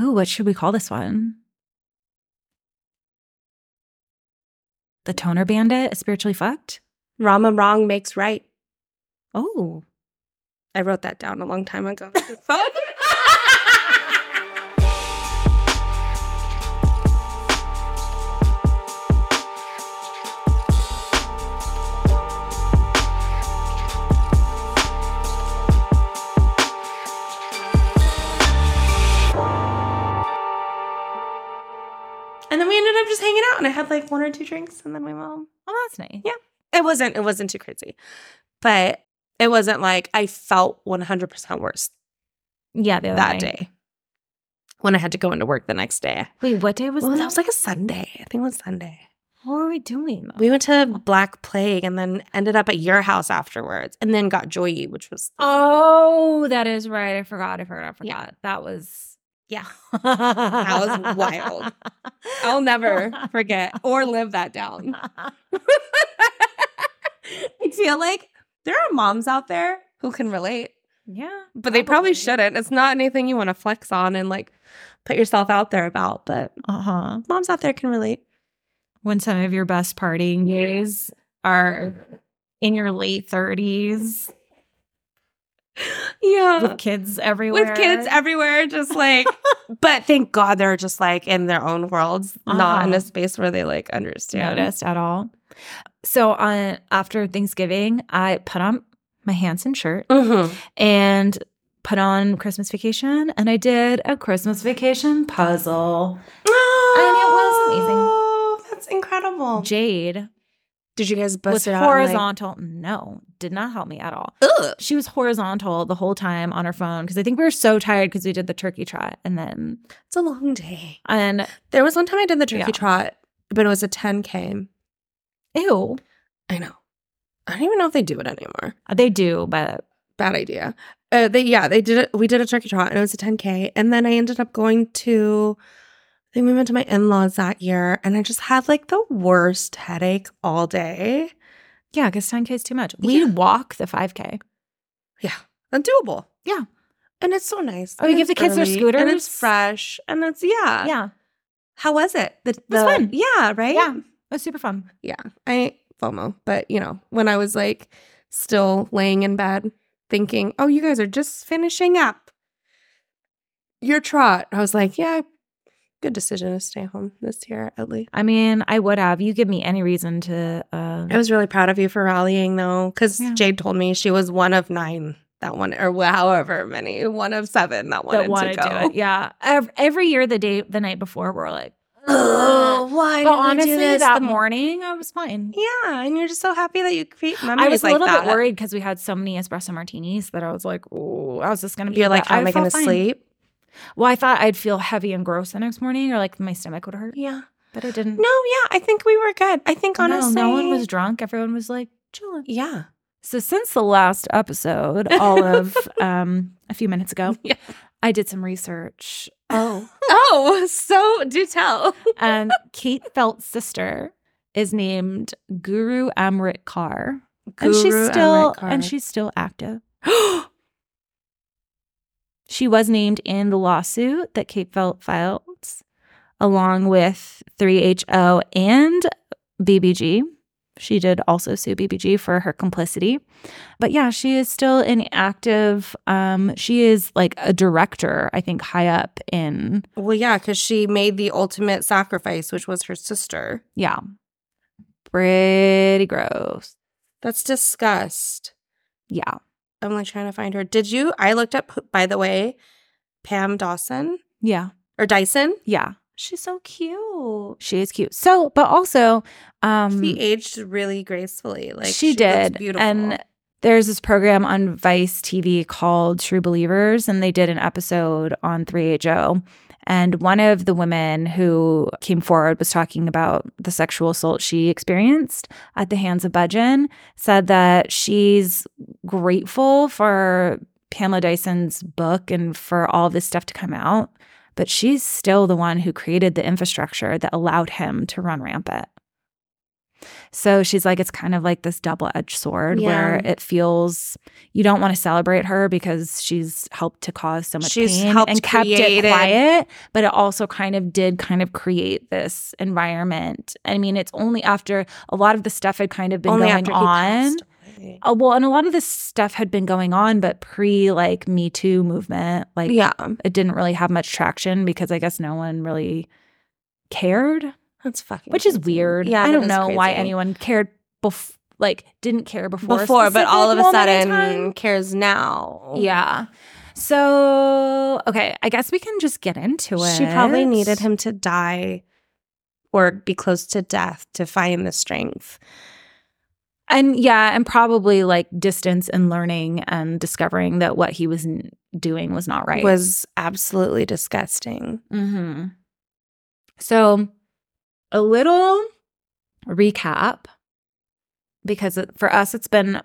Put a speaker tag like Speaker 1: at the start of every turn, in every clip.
Speaker 1: Ooh, what should we call this one? The Toner Bandit, Spiritually Fucked?
Speaker 2: Rama wrong makes right.
Speaker 1: Oh,
Speaker 2: I wrote that down a long time ago. and then we ended up just hanging out and I had like one or two drinks and then my mom
Speaker 1: well, Oh, that's nice.
Speaker 2: Yeah. it wasn't it wasn't too crazy but it wasn't like i felt 100% worse
Speaker 1: Yeah, the other
Speaker 2: that day when i had to go into work the next day
Speaker 1: Wait, what day was
Speaker 2: well
Speaker 1: that?
Speaker 2: that was like a sunday i think it was sunday
Speaker 1: what were we doing? Though?
Speaker 2: we went to black plague and then ended up at your house afterwards and then got joyee which was
Speaker 1: oh, that is right. I forgot. I forgot. I forgot.
Speaker 2: Yeah.
Speaker 1: That was.
Speaker 2: Yeah.
Speaker 1: that
Speaker 2: was wild. i'll never forget or live that down i feel like there are moms out there who can relate
Speaker 1: yeah.
Speaker 2: but they probably
Speaker 1: Probably.
Speaker 2: shouldn't. It's not anything you want to flex on and like put yourself out there about, but
Speaker 1: Uh huh.
Speaker 2: moms out there can relate.
Speaker 1: When some of your best partying years are in your late 30s
Speaker 2: Yeah.
Speaker 1: with kids everywhere.
Speaker 2: With kids everywhere, just like, but thank God they're just like in their own worlds, not in
Speaker 1: Uh-huh.
Speaker 2: a space where they like understand.
Speaker 1: noticed at all. So on after Thanksgiving, I put on my Hanson shirt
Speaker 2: Mhm.
Speaker 1: and put on Christmas Vacation, and I did a Christmas Vacation puzzle.
Speaker 2: Oh, That's incredible.
Speaker 1: Jade
Speaker 2: Did you guys bust
Speaker 1: was
Speaker 2: it out? and, like-
Speaker 1: horizontal. no, did not help me at all.
Speaker 2: Ugh.
Speaker 1: She was horizontal the whole time on her phone because I think we were so tired because we did the turkey trot and then
Speaker 2: It's a long day.
Speaker 1: and
Speaker 2: There was one time I did the turkey
Speaker 1: Yeah.
Speaker 2: trot, but it was a 10K.
Speaker 1: ew
Speaker 2: I know. I don't even know if they do it anymore.
Speaker 1: they do but
Speaker 2: bad idea. Uh, they yeah, they did it. We did a turkey trot, and it was a 10k. And then I ended up going to. I think we went to my in laws that year, and I just had like the worst headache all day.
Speaker 1: yeah because 10k is too much. We walk the 5k.
Speaker 2: Undoable.
Speaker 1: Yeah.
Speaker 2: and it's so nice.
Speaker 1: Oh,
Speaker 2: and
Speaker 1: you give
Speaker 2: it's
Speaker 1: the kids their
Speaker 2: early, and
Speaker 1: scooters?
Speaker 2: it's fresh, and it's yeah.
Speaker 1: Yeah, it
Speaker 2: How was it? The,
Speaker 1: was
Speaker 2: the-
Speaker 1: fun.
Speaker 2: Yeah, right.
Speaker 1: Yeah. was super fun.
Speaker 2: yeah. I FOMO, but you know when I was like still laying in bed thinking, "Oh, you guys are just finishing up your trot." I was like, "Yeah, good decision to stay home this year at least."
Speaker 1: I mean, I would have. You give me any reason to. Uh,
Speaker 2: I was really proud of you for rallying though, because
Speaker 1: Yeah.
Speaker 2: Jade told me she was one of nine that one, or wh- however many, one of seven that wanted
Speaker 1: that wanted
Speaker 2: to go.
Speaker 1: do it. Yeah. Ev- Every year, the day, the night before, we're like.
Speaker 2: Oh, why?
Speaker 1: But
Speaker 2: didn't we do
Speaker 1: honestly,
Speaker 2: this
Speaker 1: that
Speaker 2: the-
Speaker 1: morning, I was fine.
Speaker 2: Yeah, and you're just so happy that you create memories.
Speaker 1: I was a
Speaker 2: like
Speaker 1: little
Speaker 2: that.
Speaker 1: bit worried because we had so many espresso martinis that I was like, "Oh, I was just gonna be."
Speaker 2: You're like,
Speaker 1: but
Speaker 2: "How am I
Speaker 1: felt
Speaker 2: going to
Speaker 1: fine.
Speaker 2: sleep?"
Speaker 1: Well, I thought I'd feel heavy and gross the next morning, or like my stomach would hurt,
Speaker 2: Yeah.
Speaker 1: but I didn't.
Speaker 2: No, yeah, I think we were good. I think
Speaker 1: No,
Speaker 2: honestly,
Speaker 1: no one was drunk. Everyone was like chilling.
Speaker 2: Yeah,
Speaker 1: So since the last episode, all of um a few minutes ago,
Speaker 2: Yeah.
Speaker 1: I did some research.
Speaker 2: Oh. oh, so do tell.
Speaker 1: And Kate Felt's sister is named Guru Amrit Kaur. and she's still and she's still active. She was named in the lawsuit that Kate Felt filed along with 3HO and BBG. She did also sue BBG for her complicity. But yeah, she is still an active um she is like a director, I think high up in
Speaker 2: well, yeah, because she made the ultimate sacrifice, which was her sister.
Speaker 1: yeah. Pretty gross.
Speaker 2: That's disgust.
Speaker 1: Yeah.
Speaker 2: I'm like trying to find her. Did you? I looked up, by the way, Pam Dawson
Speaker 1: Yeah.
Speaker 2: or Dyson.
Speaker 1: Yeah. She's so cute. She is cute. So, but also, um,
Speaker 2: she aged really gracefully. Like
Speaker 1: she,
Speaker 2: looks
Speaker 1: did.
Speaker 2: beautiful.
Speaker 1: And there's this program on Vice TV called True Believers, and they did an episode on 3HO. And one of the women who came forward was talking about the sexual assault she experienced at the hands of Budgen, said that she's grateful for Pamela Dyson's book and for all this stuff to come out, but she's still the one who created the infrastructure that allowed him to run rampant. So she's like, it's kind of like this double edged sword
Speaker 2: Yeah.
Speaker 1: where it feels you don't want to celebrate her because she's helped to cause so much
Speaker 2: She's
Speaker 1: pain
Speaker 2: helped
Speaker 1: and kept
Speaker 2: create
Speaker 1: it
Speaker 2: it.
Speaker 1: quiet, but it also kind of did kind of create this environment. I mean, it's only after a lot of the stuff had kind of been
Speaker 2: Only
Speaker 1: going
Speaker 2: after he
Speaker 1: on.
Speaker 2: passed away.
Speaker 1: Oh, well, and a lot of this stuff had been going on, but pre like Me Too movement, like um,
Speaker 2: yeah,
Speaker 1: it didn't really have much traction because I guess no one really cared,
Speaker 2: that's fucking.
Speaker 1: which is
Speaker 2: crazy.
Speaker 1: weird.
Speaker 2: Yeah,
Speaker 1: I
Speaker 2: that
Speaker 1: don't
Speaker 2: is
Speaker 1: know why
Speaker 2: crazy.
Speaker 1: anyone cared before, like didn't care before. a
Speaker 2: before, but all of
Speaker 1: specific
Speaker 2: a
Speaker 1: moment in
Speaker 2: sudden Oh.
Speaker 1: time.
Speaker 2: cares now.
Speaker 1: yeah. So okay, I guess we can just get into it.
Speaker 2: She probably needed him to die or be close to death to find the strength.
Speaker 1: and yeah, and probably like distance and learning and discovering that what he was n- doing was not right.
Speaker 2: Was absolutely disgusting.
Speaker 1: Mm-hmm. So, a little recap because it, for us it's been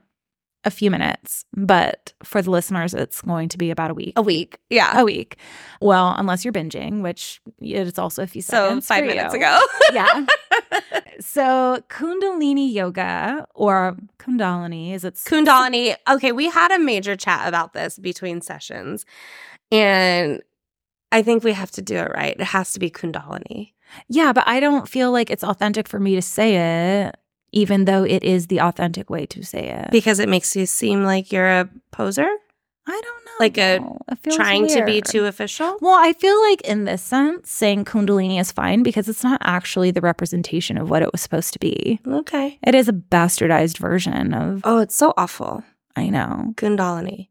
Speaker 1: a few minutes, but for the listeners it's going to be about a week.
Speaker 2: A week. Yeah.
Speaker 1: A week. Well, unless you're binging, which it's also a few
Speaker 2: So
Speaker 1: seconds.
Speaker 2: five
Speaker 1: for
Speaker 2: minutes
Speaker 1: you.
Speaker 2: ago.
Speaker 1: yeah. So, Kundalini yoga or Kundalini is it's
Speaker 2: Kundalini. Okay, we had a major chat about this between sessions. And I think we have to do it right. It has to be Kundalini.
Speaker 1: Yeah, but I don't feel like it's authentic for me to say it even though it is the authentic way to say it.
Speaker 2: Because it makes you seem like you're a poser,
Speaker 1: I don't know.
Speaker 2: Like a
Speaker 1: It feels
Speaker 2: trying to be
Speaker 1: weird.
Speaker 2: too official.
Speaker 1: Well, I feel like in this sense, saying Kundalini is fine because it's not actually the representation of what it was supposed to be.
Speaker 2: Okay.
Speaker 1: It is a bastardized version of,
Speaker 2: Oh, it's so awful.
Speaker 1: I know,
Speaker 2: Kundalini.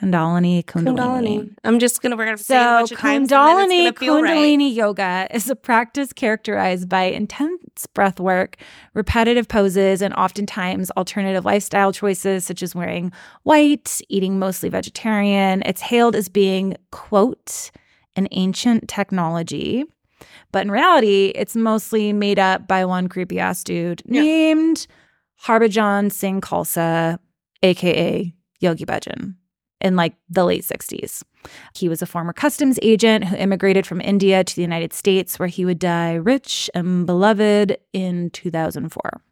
Speaker 1: Kundalini, Kundalini.
Speaker 2: Kundalini. I'm just gonna we're gonna
Speaker 1: So,
Speaker 2: say it a bunch of times and
Speaker 1: Kundalini,
Speaker 2: then it's gonna feel right.
Speaker 1: Kundalini yoga is a practice characterized by intense breath work, repetitive poses, and oftentimes alternative lifestyle choices, such as wearing white, eating mostly vegetarian. It's hailed as being, quote, an ancient technology. But in reality, it's mostly made up by one creepy ass dude
Speaker 2: Yeah.
Speaker 1: named Harbhajan Singh Khalsa, aka Yogi Bhajan, in like the late 60s. He was a former customs agent who immigrated from India to the United States, where he would die rich and beloved in 2004.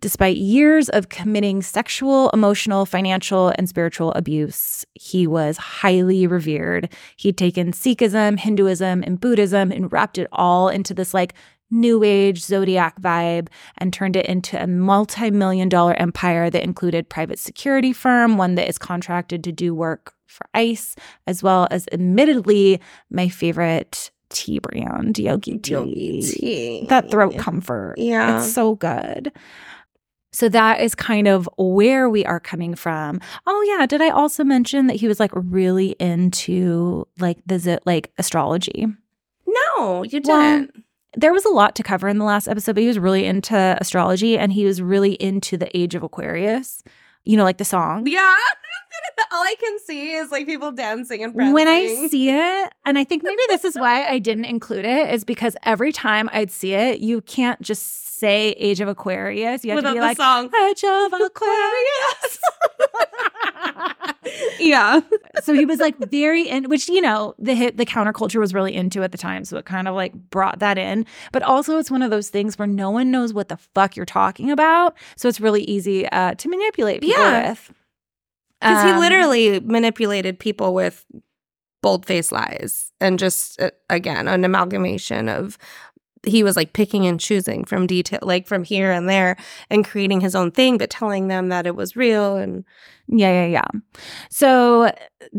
Speaker 1: Despite years of committing sexual, emotional, financial, and spiritual abuse, he was highly revered. He'd taken Sikhism, Hinduism, and Buddhism and wrapped it all into this like new age zodiac vibe and turned it into a multi million dollar empire that included private security firm, one that is contracted to do work for ICE, as well as admittedly my favorite tea brand, Yogi Tea. That throat comfort.
Speaker 2: Yeah.
Speaker 1: It's so good. So that is kind of where we are coming from. Oh yeah, did I also mention that he was like really into like the zo- like astrology?
Speaker 2: No, you
Speaker 1: Well,
Speaker 2: didn't.
Speaker 1: There was a lot to cover in the last episode, but he was really into astrology and he was really into the age of Aquarius. You know, like the song.
Speaker 2: yeah. All I can see is like people dancing and
Speaker 1: When I see it, and I think maybe this is why I didn't include it, is because every time I'd see it, you can't just say Age of Aquarius. You have to be like,
Speaker 2: song.
Speaker 1: Age of Aquarius.
Speaker 2: yeah.
Speaker 1: so he was like very in, which you know the hit, the counterculture was really into at the time, so it kind of like brought that in. But also, it's one of those things where no one knows what the fuck you're talking about, so it's really easy uh, to manipulate people
Speaker 2: Yeah.
Speaker 1: with.
Speaker 2: Because he
Speaker 1: Um,
Speaker 2: literally manipulated people with bold-faced lies and just uh, again an amalgamation of he was like picking and choosing from detail like from here and there and creating his own thing but telling them that it was real and
Speaker 1: Yeah, yeah, yeah. So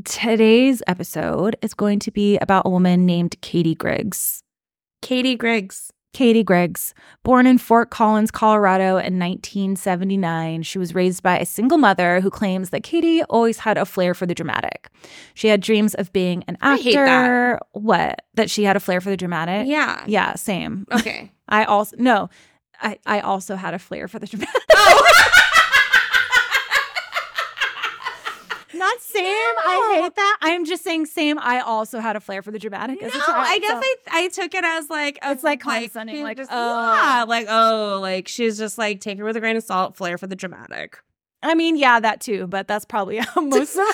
Speaker 1: today's episode is going to be about a woman named Katie Griggs.
Speaker 2: Katie Griggs
Speaker 1: Katie Griggs, born in Fort Collins, Colorado in 1979, she was raised by a single mother who claims that Katie always had a flair for the dramatic. She had dreams of being an
Speaker 2: I
Speaker 1: actor.
Speaker 2: hate that.
Speaker 1: What? That she had a flair for the dramatic?
Speaker 2: yeah
Speaker 1: Yeah, same.
Speaker 2: okay
Speaker 1: I also no. I, I also had a flair for the dramatic.
Speaker 2: Oh.
Speaker 1: Not same. I hate that. I'm just saying same. I also had a flair for the dramatic as a
Speaker 2: No,
Speaker 1: child,
Speaker 2: I guess
Speaker 1: so-
Speaker 2: I, I took it as like a-
Speaker 1: It's like condescending,
Speaker 2: she's
Speaker 1: like,
Speaker 2: just,
Speaker 1: oh.
Speaker 2: yeah, like oh like she's just like take her with a grain of salt, flair for the dramatic.
Speaker 1: I mean, yeah, that too, but that's probably how most of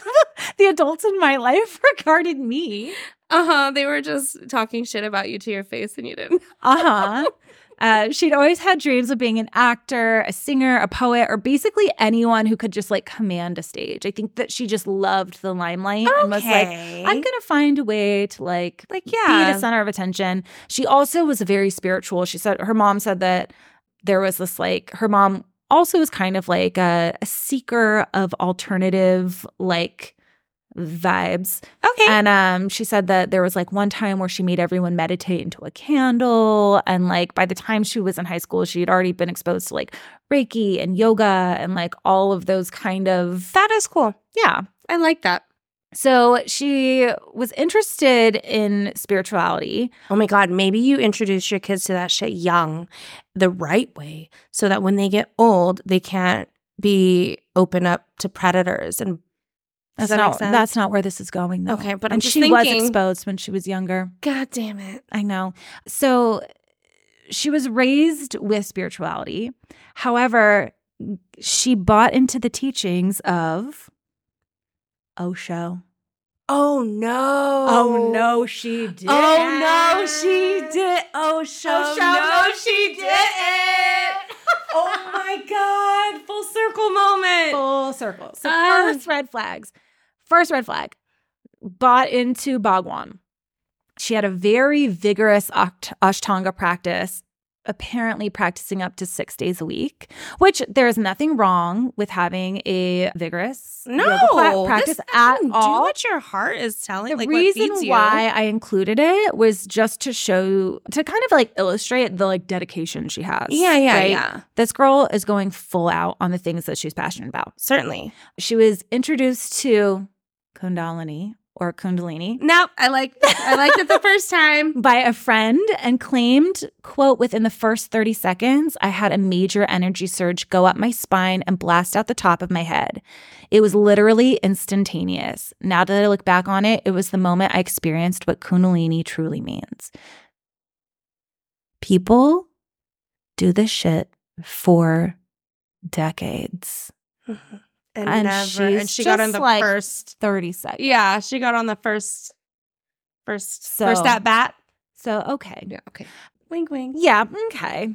Speaker 1: the adults in my life regarded me.
Speaker 2: Uh-huh, Uh huh. They were just talking shit about you to your face, and you didn't.
Speaker 1: Uh huh. Uh, she'd always had dreams of being an actor, a singer, a poet, or basically anyone who could just like command a stage. I think that she just loved the limelight and was like, I'm gonna find a way to like
Speaker 2: like
Speaker 1: be the center of attention. She also was very spiritual. She said her mom said that there was this like her mom also was kind of like a, a seeker of alternative like vibes.
Speaker 2: okay.
Speaker 1: And um she said that there was like one time where she made everyone meditate into a candle and like by the time she was in high school she had already been exposed to like reiki and yoga and like all of those kind of
Speaker 2: that is cool.
Speaker 1: yeah.
Speaker 3: I like that.
Speaker 1: So she was interested in spirituality.
Speaker 2: Oh my God, maybe you introduce your kids to that shit young, the right way, so that when they get old, they can't be open up to predators. And
Speaker 1: That's
Speaker 2: that make
Speaker 1: not
Speaker 2: sense?
Speaker 1: that's not where this is going though.
Speaker 2: okay, but I'm
Speaker 1: and
Speaker 2: just
Speaker 1: she was
Speaker 2: thinking,
Speaker 1: exposed when she was younger.
Speaker 2: God damn it.
Speaker 1: I know. So she was raised with spirituality. However, she bought into the teachings of Osho.
Speaker 2: Oh no.
Speaker 1: Oh, she did.
Speaker 2: Oh no, she did. Oh, show,
Speaker 1: Osho,
Speaker 2: no,
Speaker 1: no,
Speaker 2: she did it. oh my God, full circle moment.
Speaker 1: Full circle. So
Speaker 2: Ah.
Speaker 1: first red flags. First red flag. Bought into Bhagwan. She had a very vigorous Asht- Ashtanga practice, apparently practicing up to six days a week, which there is nothing wrong with having a vigorous
Speaker 2: No,
Speaker 1: yoga pla-
Speaker 2: this
Speaker 1: practice at
Speaker 2: fucking Do
Speaker 1: all.
Speaker 2: what your heart is telling.
Speaker 1: the
Speaker 2: like
Speaker 1: reason
Speaker 2: what feeds you.
Speaker 1: why I included it was just to show, to kind of like illustrate the like dedication she has.
Speaker 2: Yeah, yeah,
Speaker 1: right?
Speaker 2: yeah.
Speaker 1: This girl is going full out on the things that she's passionate about.
Speaker 2: Certainly.
Speaker 1: She was introduced to Kundalini or Kundalini
Speaker 3: No, I like I liked it the first time.
Speaker 1: by a friend and claimed, quote, within the first 30 seconds, I had a major energy surge go up my spine and blast out the top of my head. It was literally instantaneous. Now that I look back on it, it was the moment I experienced what Kundalini truly means. People do this shit for decades.
Speaker 2: And,
Speaker 1: And
Speaker 2: never. And
Speaker 1: she's
Speaker 2: she got on
Speaker 1: just
Speaker 2: the
Speaker 1: like-
Speaker 2: first.
Speaker 1: 30 seconds.
Speaker 3: Yeah, she got on the first first
Speaker 1: So-
Speaker 3: first at bat.
Speaker 1: So, okay.
Speaker 3: Yeah, okay. Wink wink.
Speaker 1: Yeah, okay.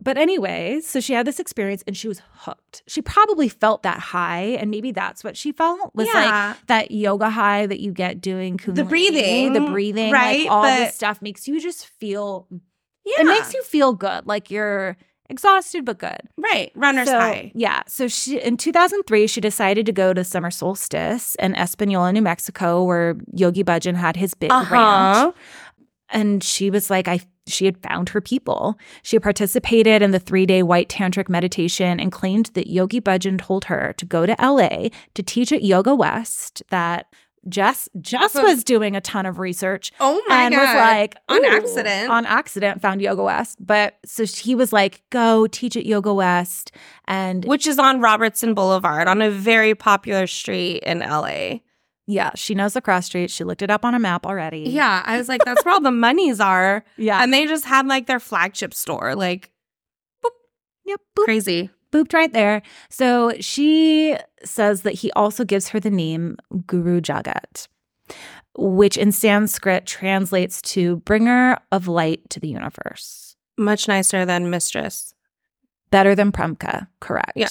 Speaker 1: But anyway, so she had this experience and she was hooked. She probably felt that high, and maybe that's what she felt was like that yoga high that you get doing Kundalini,
Speaker 2: breathing,
Speaker 1: the breathing, like,
Speaker 2: right?
Speaker 1: all
Speaker 2: But-
Speaker 1: this stuff makes you just feel.
Speaker 2: yeah.
Speaker 1: It makes you feel good, like you're exhausted but good.
Speaker 2: right. Runner's
Speaker 1: So-
Speaker 2: high.
Speaker 1: Yeah. So she in 2003 she decided to go to summer solstice in Espanola, New Mexico, where Yogi Bhajan had his big
Speaker 2: Uh-huh.
Speaker 1: ranch and she was like i she had found her people she participated in the three-day white tantric meditation and claimed that yogi bhajan told her to go to la to teach at yoga west that jess
Speaker 3: Off
Speaker 1: jess
Speaker 3: of-
Speaker 1: was doing a ton of research
Speaker 3: Oh my
Speaker 1: and
Speaker 3: god.
Speaker 1: was like
Speaker 3: On
Speaker 1: "Ooh,"
Speaker 3: accident.
Speaker 1: on accident found yoga west but so he was like go teach at yoga west and
Speaker 2: Which is on Robertson Boulevard on a very popular street in LA.
Speaker 1: yeah she knows the cross street she looked it up on a map already
Speaker 3: yeah, I was like, that's where all the monies are.
Speaker 1: yeah
Speaker 2: And they just have like their flagship store. Like
Speaker 1: yep
Speaker 3: Crazy.
Speaker 1: booped right there. So she says that he also gives her the name Guru Jagat, which in Sanskrit translates to bringer of light to the universe.
Speaker 2: much nicer than Mistress.
Speaker 1: Better than Premka, correct?
Speaker 2: Yeah.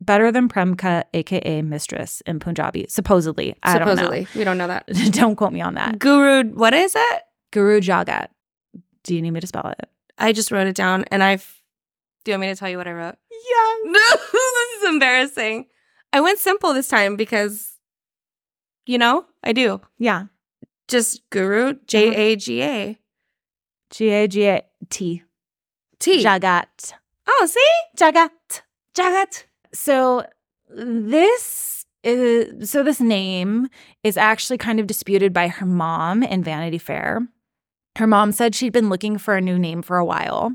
Speaker 1: Better than Premka, aka mistress in Punjabi, supposedly. I
Speaker 3: Supposedly. We don't know that.
Speaker 1: don't know. don't quote me on that.
Speaker 2: Guru, what is it?
Speaker 1: Guru Jagat. Do you need me to spell it?
Speaker 2: I just wrote it down and I've. Do you want me to tell you what I wrote?
Speaker 1: Yeah.
Speaker 2: No, this is embarrassing. I went simple this time because, you know, I do.
Speaker 1: Yeah.
Speaker 2: Just Guru, J A G A
Speaker 1: G A G A T.
Speaker 2: T.
Speaker 1: Jagat.
Speaker 2: Oh, see?
Speaker 1: Jagat.
Speaker 2: Jagat.
Speaker 1: So this is so this name is actually kind of disputed by her mom in Vanity Fair. Her mom said she'd been looking for a new name for a while.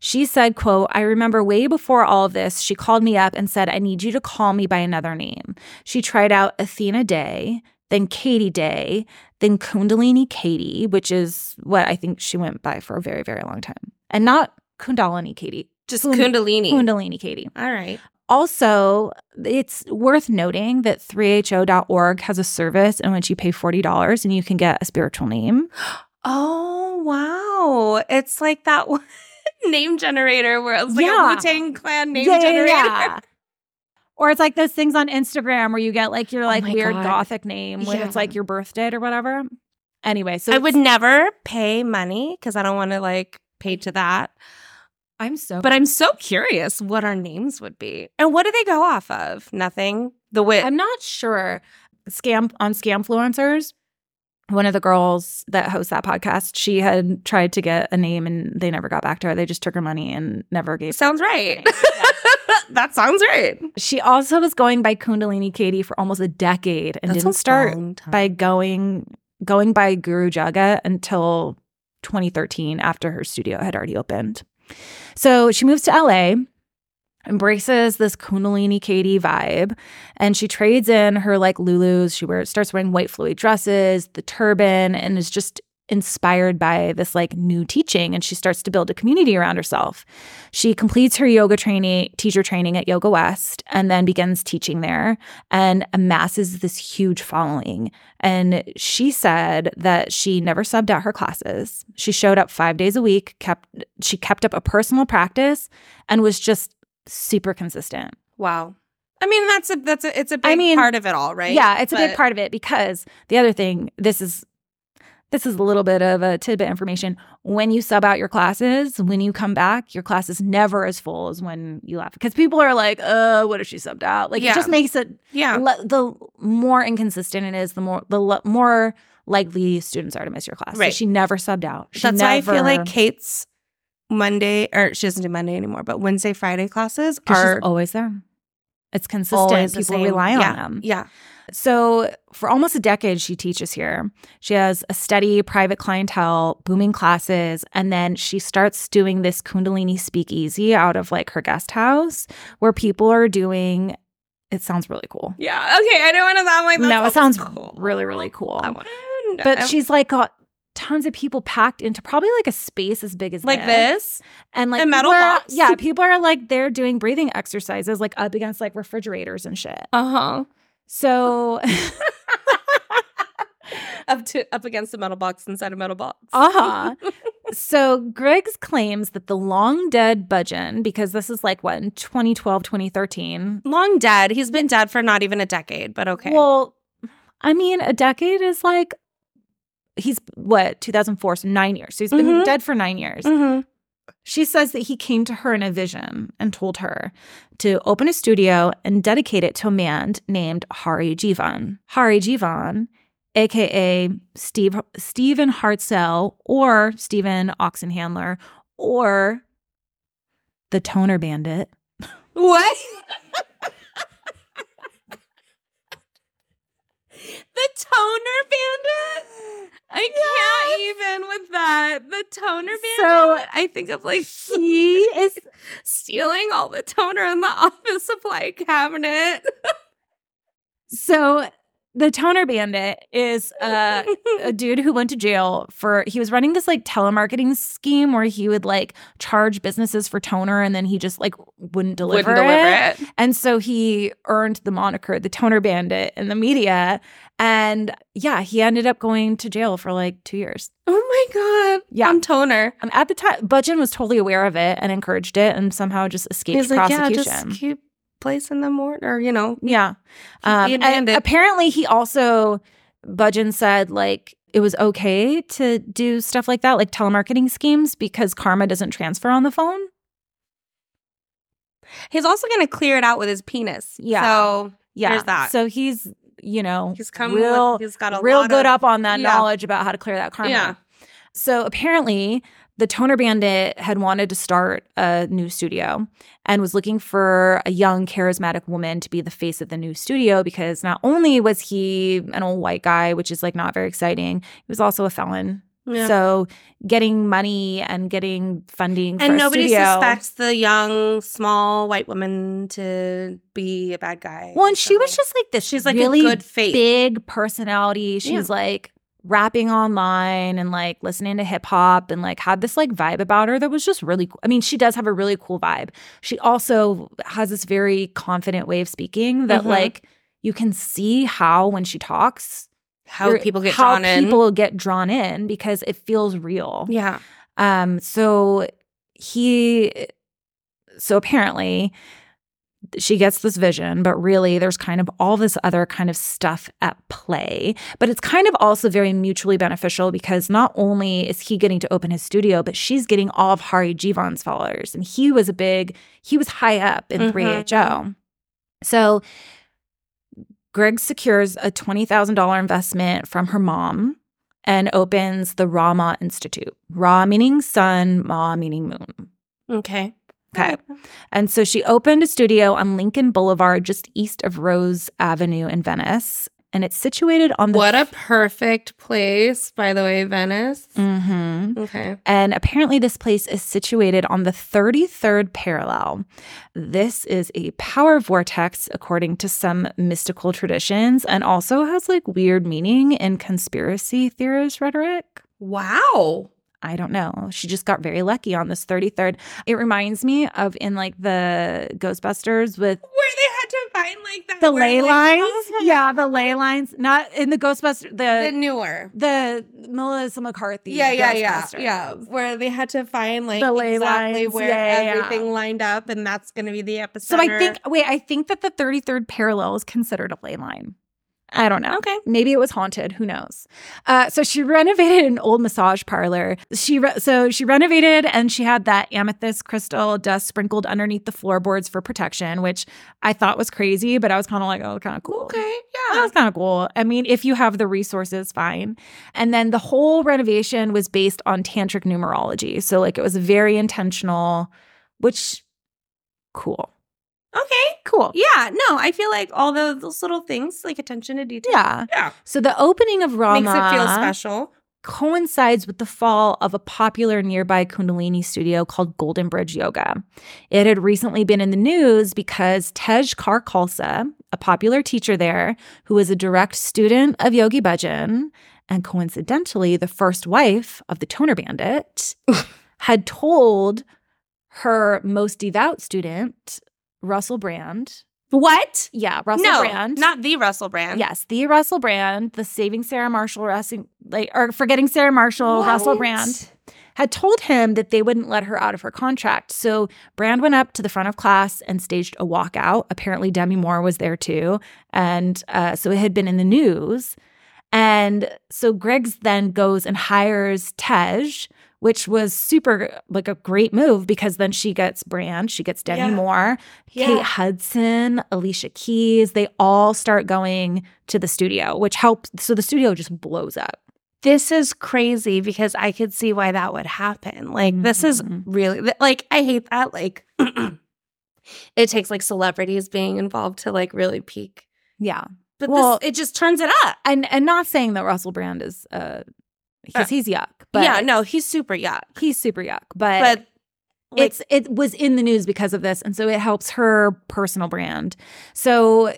Speaker 1: She said, quote, I remember way before all of this, she called me up and said, I need you to call me by another name. She tried out Athena Day, then Katie Day, then Kundalini Katie, which is what I think she went by for a very, very long time. And not Kundalini Katie,
Speaker 2: Just
Speaker 1: Kund-
Speaker 2: Kundalini.
Speaker 1: Kundalini Katie.
Speaker 2: All right.
Speaker 1: Also, it's worth noting that 3ho.org has a service in which you pay $40 and you can get a spiritual name.
Speaker 2: Oh, wow. It's like that one.
Speaker 3: name generator where it's like
Speaker 1: Yeah.
Speaker 3: a Wu Tang Clan name
Speaker 1: Yeah, yeah,
Speaker 3: generator.
Speaker 1: yeah. Or it's like those things on Instagram where you get like your like
Speaker 2: Oh my
Speaker 1: weird
Speaker 2: God.
Speaker 1: gothic name when it's
Speaker 3: Yeah.
Speaker 1: like your birth date or whatever. Anyway, so
Speaker 2: I would
Speaker 1: it's-
Speaker 2: never pay money because I don't want to like pay to that.
Speaker 1: I'm so
Speaker 2: But I'm so curious what our names would be. And what do they go off of? Nothing. The wit.
Speaker 1: I'm not sure. Scam on Scamfluencers, one of the girls that hosts that podcast, she had tried to get a name and they never got back to her. They just took her money and never gave.
Speaker 2: sounds right. that sounds right.
Speaker 1: She also was going by Kundalini Katie for almost a decade and didn't start by going going by Guru Jaga until 2013 after her studio had already opened. So she moves to LA, embraces this Kundalini Katie vibe, and she trades in her like Lulus. She wears starts wearing white flowy dresses, the turban, and is just inspired by this like new teaching and she starts to build a community around herself. She completes her yoga training teacher training at Yoga West and then begins teaching there and amasses this huge following. And she said that she never subbed out her classes. She showed up 5 days a week, kept she kept up a personal practice and was just super consistent.
Speaker 2: Wow. I mean, that's a that's a it's a big
Speaker 1: I mean,
Speaker 2: part of it all, right?
Speaker 1: Yeah, it's a big
Speaker 2: But-
Speaker 1: part of it because the other thing, this is this is a little bit of a tidbit information. When you sub out your classes, when you come back, your class is never as full as when you left because people are like, "Uh, what if she subbed out?" Like
Speaker 2: Yeah.
Speaker 1: it just makes it
Speaker 2: Yeah.
Speaker 1: le- the more inconsistent it is, the more the le- more likely students are to miss your class. So
Speaker 2: Right.
Speaker 1: she never subbed out. She
Speaker 2: That's why I feel
Speaker 1: never-
Speaker 2: like Kate's Monday or she doesn't do Monday anymore, but Wednesday, Friday classes
Speaker 1: 'cause
Speaker 2: are
Speaker 1: she's always there. It's consistent.
Speaker 2: always the
Speaker 1: people
Speaker 2: same.
Speaker 1: rely on
Speaker 2: Yeah.
Speaker 1: them.
Speaker 2: Yeah.
Speaker 1: So, for almost a decade, she teaches here. She has a steady private clientele, booming classes, and then she starts doing this Kundalini speakeasy out of like her guest house where people are doing it sounds really cool.
Speaker 3: Yeah. Okay. I don't want to sound like that.
Speaker 1: No, it sounds
Speaker 3: cool.
Speaker 1: really, really cool.
Speaker 3: I wanna-
Speaker 1: But
Speaker 3: I-
Speaker 1: she's like got tons of people packed into probably like a space as big as
Speaker 2: Like this.
Speaker 1: and like
Speaker 2: a metal
Speaker 1: people are-
Speaker 2: box?
Speaker 1: Yeah, people are like they're doing breathing exercises like up against like refrigerators and shit.
Speaker 3: uh
Speaker 2: uh-huh,
Speaker 1: So
Speaker 3: huh. up to up against a metal box inside a metal box.
Speaker 1: Uh-huh. so Griggs claims that the long dead Budgeon, because this is like what in 2012, 2013.
Speaker 2: Long dead. He's been dead for not even a decade, but okay.
Speaker 1: Well, I mean, a decade is like he's what, 2004, so nine years. So he's been
Speaker 2: Mhm.
Speaker 1: dead for nine years.
Speaker 2: Mhm.
Speaker 1: She says that he came to her in a vision and told her to open a studio and dedicate it to a man named Hari Jivan. Hari Jivan, aka Steve Stephen Hartzell or Stephen Oxenhandler or the Toner Bandit.
Speaker 2: What? the toner bandit?
Speaker 3: I can't even with that. The toner band.
Speaker 1: So-
Speaker 3: I think of like
Speaker 1: He is
Speaker 3: stealing all the toner in the office supply cabinet.
Speaker 1: so the Toner Bandit is uh a dude who went to jail for he was running this like telemarketing scheme where he would like charge businesses for toner and then he just like wouldn't deliver, it. And so he earned the moniker the toner bandit in the media and yeah, he ended up going to jail for like 2 years.
Speaker 3: Oh my god.
Speaker 1: Yeah.
Speaker 3: On toner.
Speaker 1: Um, at the time Budgeon was totally aware of it and encouraged it and somehow just escaped
Speaker 2: He's like, yeah,
Speaker 1: prosecution.
Speaker 2: just keep placing them order, you know.
Speaker 1: Yeah. Um,
Speaker 2: being
Speaker 1: and
Speaker 2: bandit.
Speaker 1: apparently, he also, Budgeon said, like, it was okay to do stuff like that, like telemarketing schemes, because karma doesn't transfer on the phone.
Speaker 2: He's also going to clear it out with his penis.
Speaker 1: Yeah.
Speaker 2: So
Speaker 1: Yeah.
Speaker 2: There's that.
Speaker 1: So he's, you know,
Speaker 3: He's come
Speaker 1: real,
Speaker 3: with, he's got a
Speaker 1: real
Speaker 3: lot
Speaker 1: good
Speaker 3: of,
Speaker 1: up on that
Speaker 3: Yeah.
Speaker 1: knowledge about how to clear that karma.
Speaker 3: Yeah.
Speaker 1: So apparently, the Toner Bandit had wanted to start a new studio and was looking for a young, charismatic woman to be the face of the new studio because not only was he an old white guy, which is like not very exciting, he was also a felon.
Speaker 2: Yeah.
Speaker 1: So getting money and getting funding for
Speaker 2: and
Speaker 1: a
Speaker 2: nobody
Speaker 1: studio-
Speaker 2: suspects the young, small white woman to be a bad guy.
Speaker 1: Well, and she
Speaker 2: So
Speaker 1: was just like this.
Speaker 2: she's like
Speaker 1: really
Speaker 2: a good face.
Speaker 1: big personality. She
Speaker 2: Yeah.
Speaker 1: was like rapping online and like listening to hip hop and like had this like vibe about her that was just really cool. I mean, she does have a really cool vibe. She also has this very confident way of speaking that
Speaker 2: Mhm.
Speaker 1: like you can see how when she talks
Speaker 2: how
Speaker 1: you're-
Speaker 2: people get
Speaker 1: how
Speaker 2: drawn in.
Speaker 1: people get drawn in because it feels real.
Speaker 2: yeah.
Speaker 1: Um, so he so apparently she gets this vision, but really there's kind of all this other kind of stuff at play. But it's kind of also very mutually beneficial because not only is he getting to open his studio, but she's getting all of Hari Jivan's followers. And he was a big, he was high up in
Speaker 2: Mhm.
Speaker 1: 3HO. So Greg secures a $20,000 investment from her mom and opens the Rama Institute. Ra meaning sun, Ma meaning moon.
Speaker 2: Okay.
Speaker 1: Okay.
Speaker 2: Mm-hmm.
Speaker 1: And so she opened a studio on Lincoln Boulevard, just east of Rose Avenue in Venice. And it's situated on the.
Speaker 3: What a perfect place, by the way, Venice.
Speaker 1: Mhm.
Speaker 3: Okay.
Speaker 1: And apparently, this place is situated on the 33rd parallel. This is a power vortex, according to some mystical traditions, and also has like weird meaning in conspiracy theorist rhetoric.
Speaker 3: Wow.
Speaker 1: I don't know. She just got very lucky on this 33rd. It reminds me of in like the Ghostbusters with
Speaker 3: Where they had to find like that
Speaker 1: the
Speaker 3: where,
Speaker 1: ley
Speaker 3: like,
Speaker 1: lines.
Speaker 3: oh,
Speaker 1: Yeah, the ley lines. Not in the Ghostbuster.
Speaker 3: The
Speaker 1: The
Speaker 3: newer.
Speaker 1: the, Melissa McCarthy.
Speaker 3: Yeah, yeah, yeah,
Speaker 1: Ghostbusters.
Speaker 3: yeah. Where they had to find like
Speaker 1: The ley
Speaker 3: exactly
Speaker 1: lines,
Speaker 3: where
Speaker 1: yeah, yeah, yeah.
Speaker 3: everything lined up, and that's going to be the episode.
Speaker 1: So I think. Wait, I think that the thirty third parallel is considered a ley line. I don't know.
Speaker 2: Okay.
Speaker 1: Maybe it was haunted. Who knows? Uh, so she renovated an old massage parlor. She re- so she renovated and she had that amethyst crystal dust sprinkled underneath the floorboards for protection, which I thought was crazy, but I was kind of like, oh, kind of cool.
Speaker 3: Okay,
Speaker 1: That
Speaker 3: yeah.
Speaker 1: was kind of cool. I mean, if you have the resources, fine. And then the whole renovation was based on tantric numerology. So, like, it was very intentional, which cool.
Speaker 3: Okay.
Speaker 1: Cool.
Speaker 3: Yeah. No, I feel like all tho- those little things, like attention to detail,
Speaker 1: Yeah.
Speaker 3: Yeah.
Speaker 1: So, the opening of Rama
Speaker 3: makes it feel special.
Speaker 1: coincides with the fall of a popular nearby Kundalini studio called Golden Bridge Yoga. It had recently been in the news because Tej Kar Khalsa, a popular teacher there who was a direct student of Yogi Bhajan and coincidentally the first wife of the Toner Bandit, had told her most devout student, Russell Brand.
Speaker 2: What?
Speaker 1: Yeah, Russell
Speaker 2: no,
Speaker 1: Brand.
Speaker 2: not the Russell Brand.
Speaker 1: Yes, the Russell Brand, the saving Sarah Marshall, resting, like or forgetting Sarah Marshall, Russell
Speaker 2: What?
Speaker 1: Brand had told him that they wouldn't let her out of her contract. So Brand went up to the front of class and staged a walkout. Apparently, Demi Moore was there too, and uh, so it had been in the news. And so Griggs then goes and hires Tej, which was super like a great move because then she gets Brand, she gets Demi
Speaker 2: Yeah.
Speaker 1: Moore, Kate Hudson, Alicia Keys, they all start going to the studio, which helps. So the studio just blows up.
Speaker 2: This is crazy because I could see why that would happen. Like, this is
Speaker 1: Mhm.
Speaker 3: Mm-hmm.
Speaker 2: really, th- like, I hate that. Like, it takes like celebrities being involved to like really peak.
Speaker 1: Yeah.
Speaker 2: But
Speaker 1: Well-
Speaker 2: this, it just turns it up.
Speaker 1: And and not saying that Russell Brand is uh he's, he's yuck, but
Speaker 2: yeah, no, he's super yuck.
Speaker 1: he's super yuck. But,
Speaker 2: But like,
Speaker 1: it's it was in the news because of this. And so it helps her personal brand. So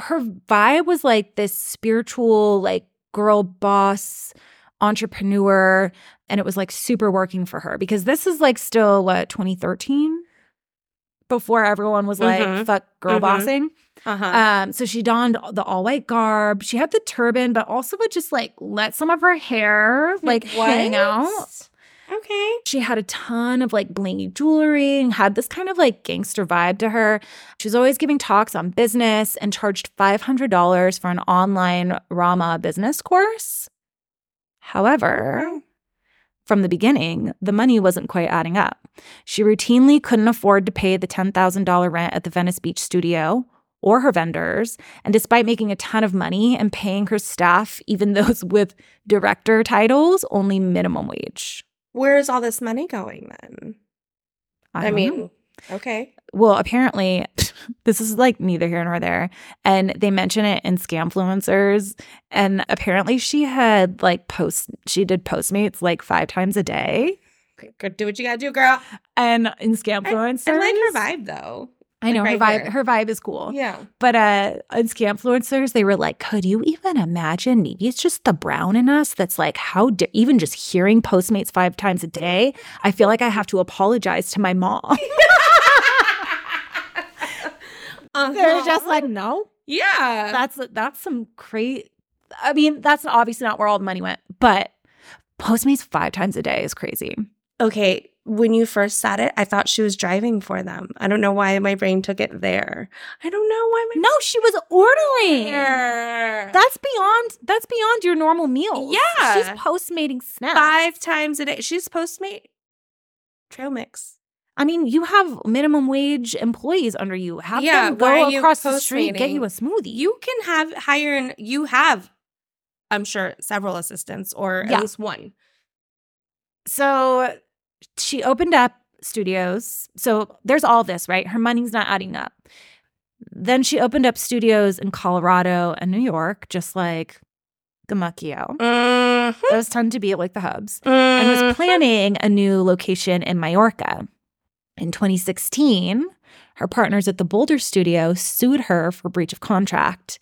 Speaker 1: her vibe was like this spiritual, like girl boss entrepreneur. And it was like super working for her because this is like still what 2013 before everyone was like
Speaker 2: Mhm.
Speaker 1: fuck girl
Speaker 2: Mhm.
Speaker 1: bossing.
Speaker 2: uh-huh.
Speaker 1: Um, so she donned the all white garb. She had the turban, but also would just like let some of her hair like hang out.
Speaker 3: Okay.
Speaker 1: She had a ton of like blingy jewelry and had this kind of like gangster vibe to her. She was always giving talks on business and charged $500 for an online Rama business course. However, from the beginning, the money wasn't quite adding up. She routinely couldn't afford to pay the $10,000 rent at the Venice Beach studio or her vendors. And despite making a ton of money and paying her staff, even those with director titles, only minimum wage.
Speaker 3: Where is all this money going then? I,
Speaker 1: don't
Speaker 3: mean,
Speaker 1: know.
Speaker 3: okay.
Speaker 1: well, apparently, this is like neither here nor there. And they mention it in Scamfluencers. And apparently, she had like post, she did Postmates like five times a day.
Speaker 3: Okay, Go do what you gotta do, girl.
Speaker 1: And in Scamfluencers,
Speaker 3: I like her vibe though.
Speaker 1: I know
Speaker 3: like,
Speaker 1: her
Speaker 3: right
Speaker 1: vibe.
Speaker 3: here.
Speaker 1: Her vibe is cool.
Speaker 3: Yeah.
Speaker 1: But uh, in Scamfluencers, they were like, could you even imagine? Maybe it's just the brown in us that's like, how dare, even just hearing Postmates five times a day, I feel like I have to apologize to my mom. They're just like,
Speaker 3: Uh-huh.
Speaker 1: no.
Speaker 2: Uh,
Speaker 3: yeah.
Speaker 1: that's that's some great. I mean, that's obviously not where all the money went, but Postmates five times a day is crazy.
Speaker 2: okay, when you first said it, I thought she was driving for them. I don't know why my brain took it there. I don't know why my
Speaker 1: No, she was ordering.
Speaker 2: there.
Speaker 1: That's beyond that's beyond your normal meal.
Speaker 2: Yeah.
Speaker 1: She's postmating snacks.
Speaker 2: five times a day. She's Postmate trail mix.
Speaker 1: I mean, you have minimum wage employees under you. Have
Speaker 3: Yeah,
Speaker 1: them
Speaker 3: why
Speaker 1: go
Speaker 3: are you
Speaker 1: across the street, get
Speaker 3: postmating?
Speaker 1: you a smoothie.
Speaker 2: You can have hire and you have, I'm sure, several assistants or
Speaker 1: Yeah.
Speaker 2: at least one.
Speaker 1: so she opened up studios. So there's all this, right? Her money's not adding up. Then she opened up studios in Colorado and New York, just like Gamacchio.
Speaker 2: Mm-hmm.
Speaker 1: Those tend to be like the hubs. And was planning a new location in Mallorca. In 2016, her partners at the Boulder Studio sued her for breach of contract.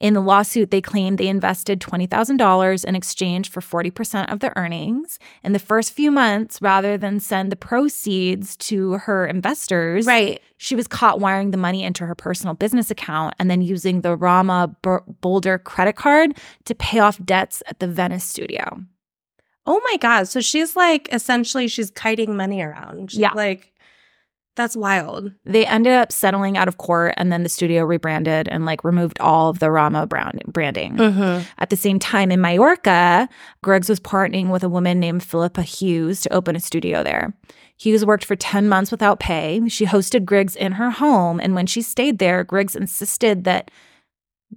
Speaker 1: In the lawsuit, they claimed they invested $20,000 in exchange for 40% of the earnings in the first few months rather than send the proceeds to her investors.
Speaker 2: right.
Speaker 1: She was caught wiring the money into her personal business account and then using the Rama Bur- Boulder credit card to pay off debts at the Venice studio.
Speaker 2: Oh my God. So she's like essentially she's kiting money around. She's
Speaker 1: Yeah.
Speaker 2: Like that's wild.
Speaker 1: They ended up settling out of court and then the studio rebranded and like removed all of the Rama brand- branding.
Speaker 2: Mm-hmm.
Speaker 1: At the same time in Mallorca, Greggs was partnering with a woman named Philippa Hughes to open a studio there. Hughes worked for 10 months without pay. She hosted Griggs in her home. And when she stayed there, Griggs insisted that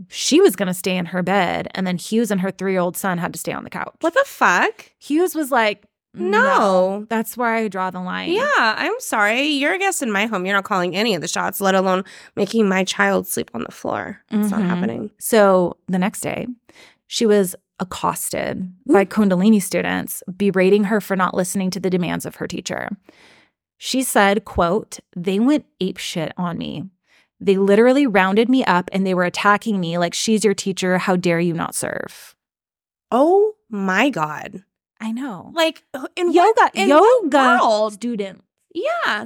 Speaker 1: she was going to stay in her bed. And then Hughes and her three year old son had to stay on the couch.
Speaker 2: What the fuck?
Speaker 1: Hughes was like, no,
Speaker 2: No.
Speaker 1: that's where I draw the line.
Speaker 2: Yeah, I'm sorry. You're a guest in my home. You're not calling any of the shots, let alone making my child sleep on the floor. It's not
Speaker 1: Mhm.
Speaker 2: happening.
Speaker 1: So the next day, she was accosted by Kundalini students, berating her for not listening to the demands of her teacher. She said, quote, they went apeshit on me. They literally rounded me up and they were attacking me like she's your teacher. How dare you not serve?
Speaker 2: Oh my God.
Speaker 1: I know.
Speaker 2: Like in
Speaker 1: yoga
Speaker 2: what, in what
Speaker 1: yoga
Speaker 2: world?
Speaker 1: student.
Speaker 2: Yeah.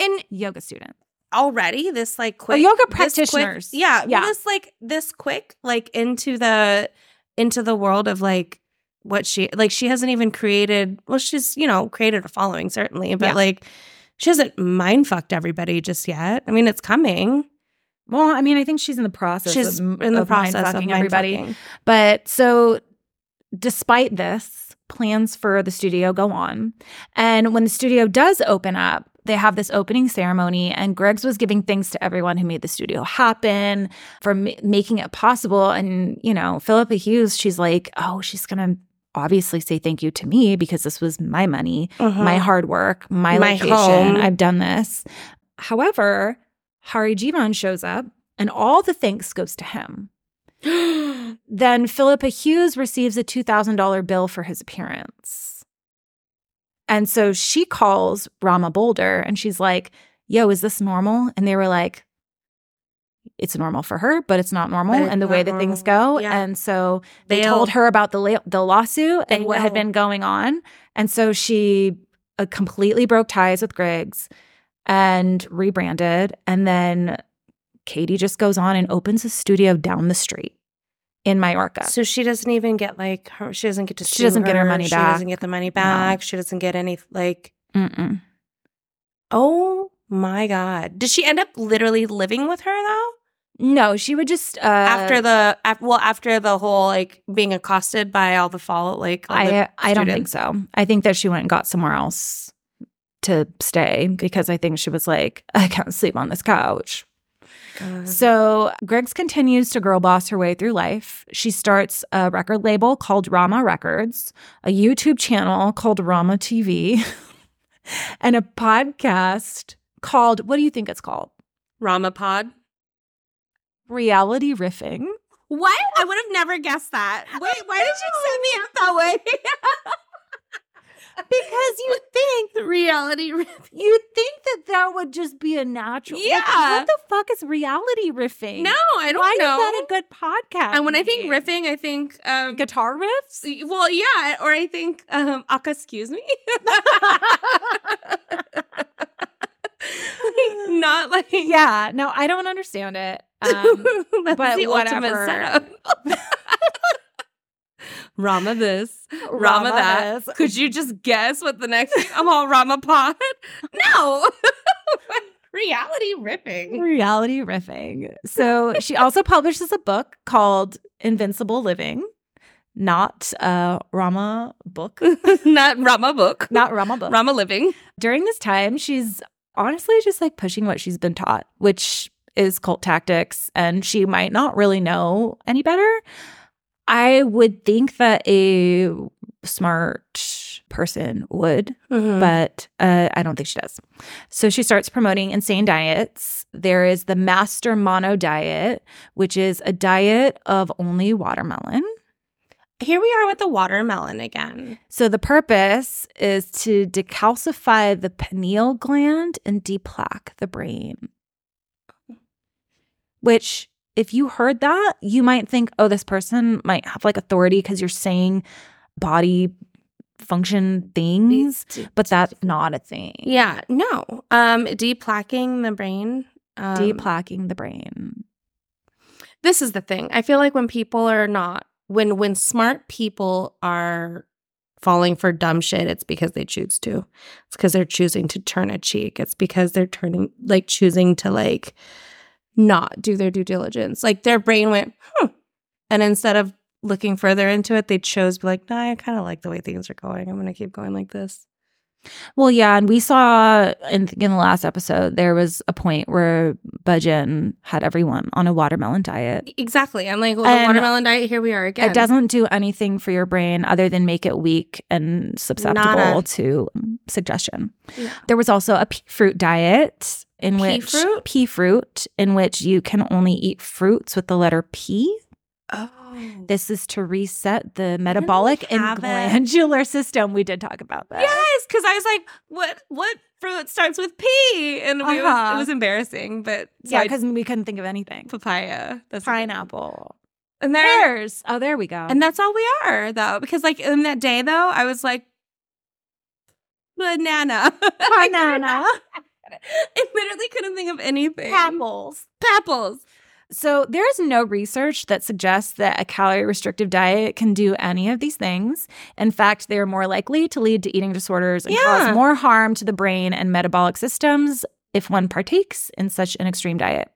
Speaker 2: And
Speaker 1: Yoga student.
Speaker 2: already this like quick
Speaker 1: Oh, yoga
Speaker 2: this quick-
Speaker 1: practitioners.
Speaker 2: yeah,
Speaker 1: Yeah.
Speaker 2: This like this quick like into the into the world of like what she like she hasn't even created well she's you know created a following certainly but
Speaker 1: Yeah.
Speaker 2: like she hasn't mind fucked everybody just yet. I mean it's coming.
Speaker 1: Well, I mean, I think she's in the process.
Speaker 2: she's
Speaker 1: of,
Speaker 2: in the
Speaker 1: of
Speaker 2: process
Speaker 1: mindfucking
Speaker 2: of mind
Speaker 1: everybody.
Speaker 2: fucking.
Speaker 1: But so, despite this, plans for the studio go on. And when the studio does open up, they have this opening ceremony, and Greg's was giving thanks to everyone who made the studio happen for m- making it possible. And, you know, Philippa Hughes, she's like, oh, she's going to obviously say thank you to me because this was my money
Speaker 2: Mhm.
Speaker 1: my hard work, my,
Speaker 2: My
Speaker 1: location.
Speaker 2: home.
Speaker 1: I've done this. However, Hari Jivan shows up and all the thanks goes to him. then Philippa Hughes receives a $2,000 bill for his appearance. And so she calls Rama Boulder and she's like, Yo, is this normal? And they were like, It's normal for her, but it's not normal.
Speaker 2: But it's
Speaker 1: and the way
Speaker 2: not
Speaker 1: that things
Speaker 2: normal.
Speaker 1: go.
Speaker 2: Yeah.
Speaker 1: And so they
Speaker 2: Bail.
Speaker 1: told her about the la- the lawsuit and
Speaker 2: They
Speaker 1: what had
Speaker 2: know.
Speaker 1: been going on, and so she uh, completely broke ties with Griggs and rebranded, and then Katie just goes on and opens a studio down the street in Mallorca.
Speaker 2: So she doesn't even get like her. She doesn't get to.
Speaker 1: She doesn't
Speaker 2: sue
Speaker 1: get her money
Speaker 2: She
Speaker 1: back.
Speaker 2: doesn't get the money back. She doesn't get any like.
Speaker 1: Mm-mm.
Speaker 2: Oh my god! Did she end up literally living with her though?
Speaker 1: No, she would just uh,
Speaker 2: after the af- well after the whole like being accosted by all the follow like all the
Speaker 1: I I don't think
Speaker 2: students.
Speaker 1: so. I think that she went and got somewhere else to stay because I think she was like, I can't sleep on this couch. Mm-hmm. So Griggs continues to girl boss her way through life. She starts a record label called Rama Records, a YouTube channel called Rama TV, and a podcast called what do you think it's called?
Speaker 2: Ramapod.
Speaker 1: Reality Riffing.
Speaker 2: What? I would have never guessed that. Wait, why did you set me up that way?
Speaker 1: Because you think
Speaker 2: Reality.
Speaker 1: you think that that would just be a natural.
Speaker 2: like, Yeah.
Speaker 1: what the fuck is reality riffing?
Speaker 2: No, I don't
Speaker 1: Why
Speaker 2: know.
Speaker 1: is that a good podcast?
Speaker 2: and when I think riffing, I think um,
Speaker 1: guitar riffs.
Speaker 2: Well, yeah, or I think um Akka, excuse me. Like, not like
Speaker 1: Yeah, no, I don't understand it. Um,
Speaker 2: That's
Speaker 1: but
Speaker 2: the ultimate
Speaker 1: whatever.
Speaker 2: setup. Rama this.
Speaker 3: Rama that.
Speaker 1: this.
Speaker 3: Could you just guess what the next I'm all Rama pot? No. Reality ripping.
Speaker 1: Reality riffing. So she also publishes a book called Invincible Living, not a Rama book,
Speaker 3: Not Rama book.
Speaker 1: not Rama book.
Speaker 3: Rama living.
Speaker 1: During this time, she's honestly just like pushing what she's been taught, which is cult tactics, and she might not really know any better. I would think that a smart person would
Speaker 2: Mm-hmm.
Speaker 1: but uh, I don't think she does. So she starts promoting insane diets. There is the Master Mono Diet, which is a diet of only watermelon.
Speaker 2: Here we are with the watermelon again.
Speaker 1: So the purpose is to decalcify the pineal gland and deplaque the brain. Which, if you heard that, you might think, oh, this person might have like authority because you're saying body function
Speaker 3: Mm.
Speaker 1: things, but that's not a thing.
Speaker 2: Yeah, no. Um, deplaquing the brain. Um,
Speaker 1: deplacking the brain.
Speaker 2: this is the thing. I feel like when people are not when when smart people are falling for dumb shit, it's because they choose to. It's because they're choosing to turn a cheek. It's because they're turning like choosing to like not do their due diligence. Like their brain went, hmm. And instead of looking further into it, they chose to be like, nah, I kind of like the way things are going. I'm gonna keep going like this.
Speaker 1: Well, yeah, and we saw in in the last episode there was a point where Budgen had everyone on a watermelon diet.
Speaker 2: Exactly. I'm like, well,
Speaker 1: And-
Speaker 2: the watermelon diet, here we are again.
Speaker 1: It doesn't do anything for your brain other than make it weak and susceptible
Speaker 2: Nada.
Speaker 1: to um, suggestion.
Speaker 2: Yeah.
Speaker 1: There was also a pea fruit diet in
Speaker 2: Pea
Speaker 1: which
Speaker 2: fruit?
Speaker 1: pea fruit in which you can only eat fruits with the letter P.
Speaker 2: Oh.
Speaker 1: This is to reset the
Speaker 2: we
Speaker 1: metabolic and
Speaker 2: have it?
Speaker 1: glandular system. We did talk about that.
Speaker 3: Yes, because I was like, what what fruit starts with P? And we was-
Speaker 1: Uh-huh.
Speaker 3: it was embarrassing, but so
Speaker 1: yeah,
Speaker 3: I-
Speaker 1: because we couldn't think of anything.
Speaker 3: papaya. That's
Speaker 1: Pineapple.
Speaker 3: And there
Speaker 1: Pears. Oh, there we go.
Speaker 3: And that's all we are, though, because like in that day, though, I was like, banana,
Speaker 1: Banana.
Speaker 3: I literally couldn't think of anything.
Speaker 1: apples.
Speaker 3: Papples.
Speaker 1: So there is no research that suggests that a calorie restrictive diet can do any of these things. In fact, they are more likely to lead to eating disorders and
Speaker 2: Yeah.
Speaker 1: cause more harm to the brain and metabolic systems if one partakes in such an extreme diet.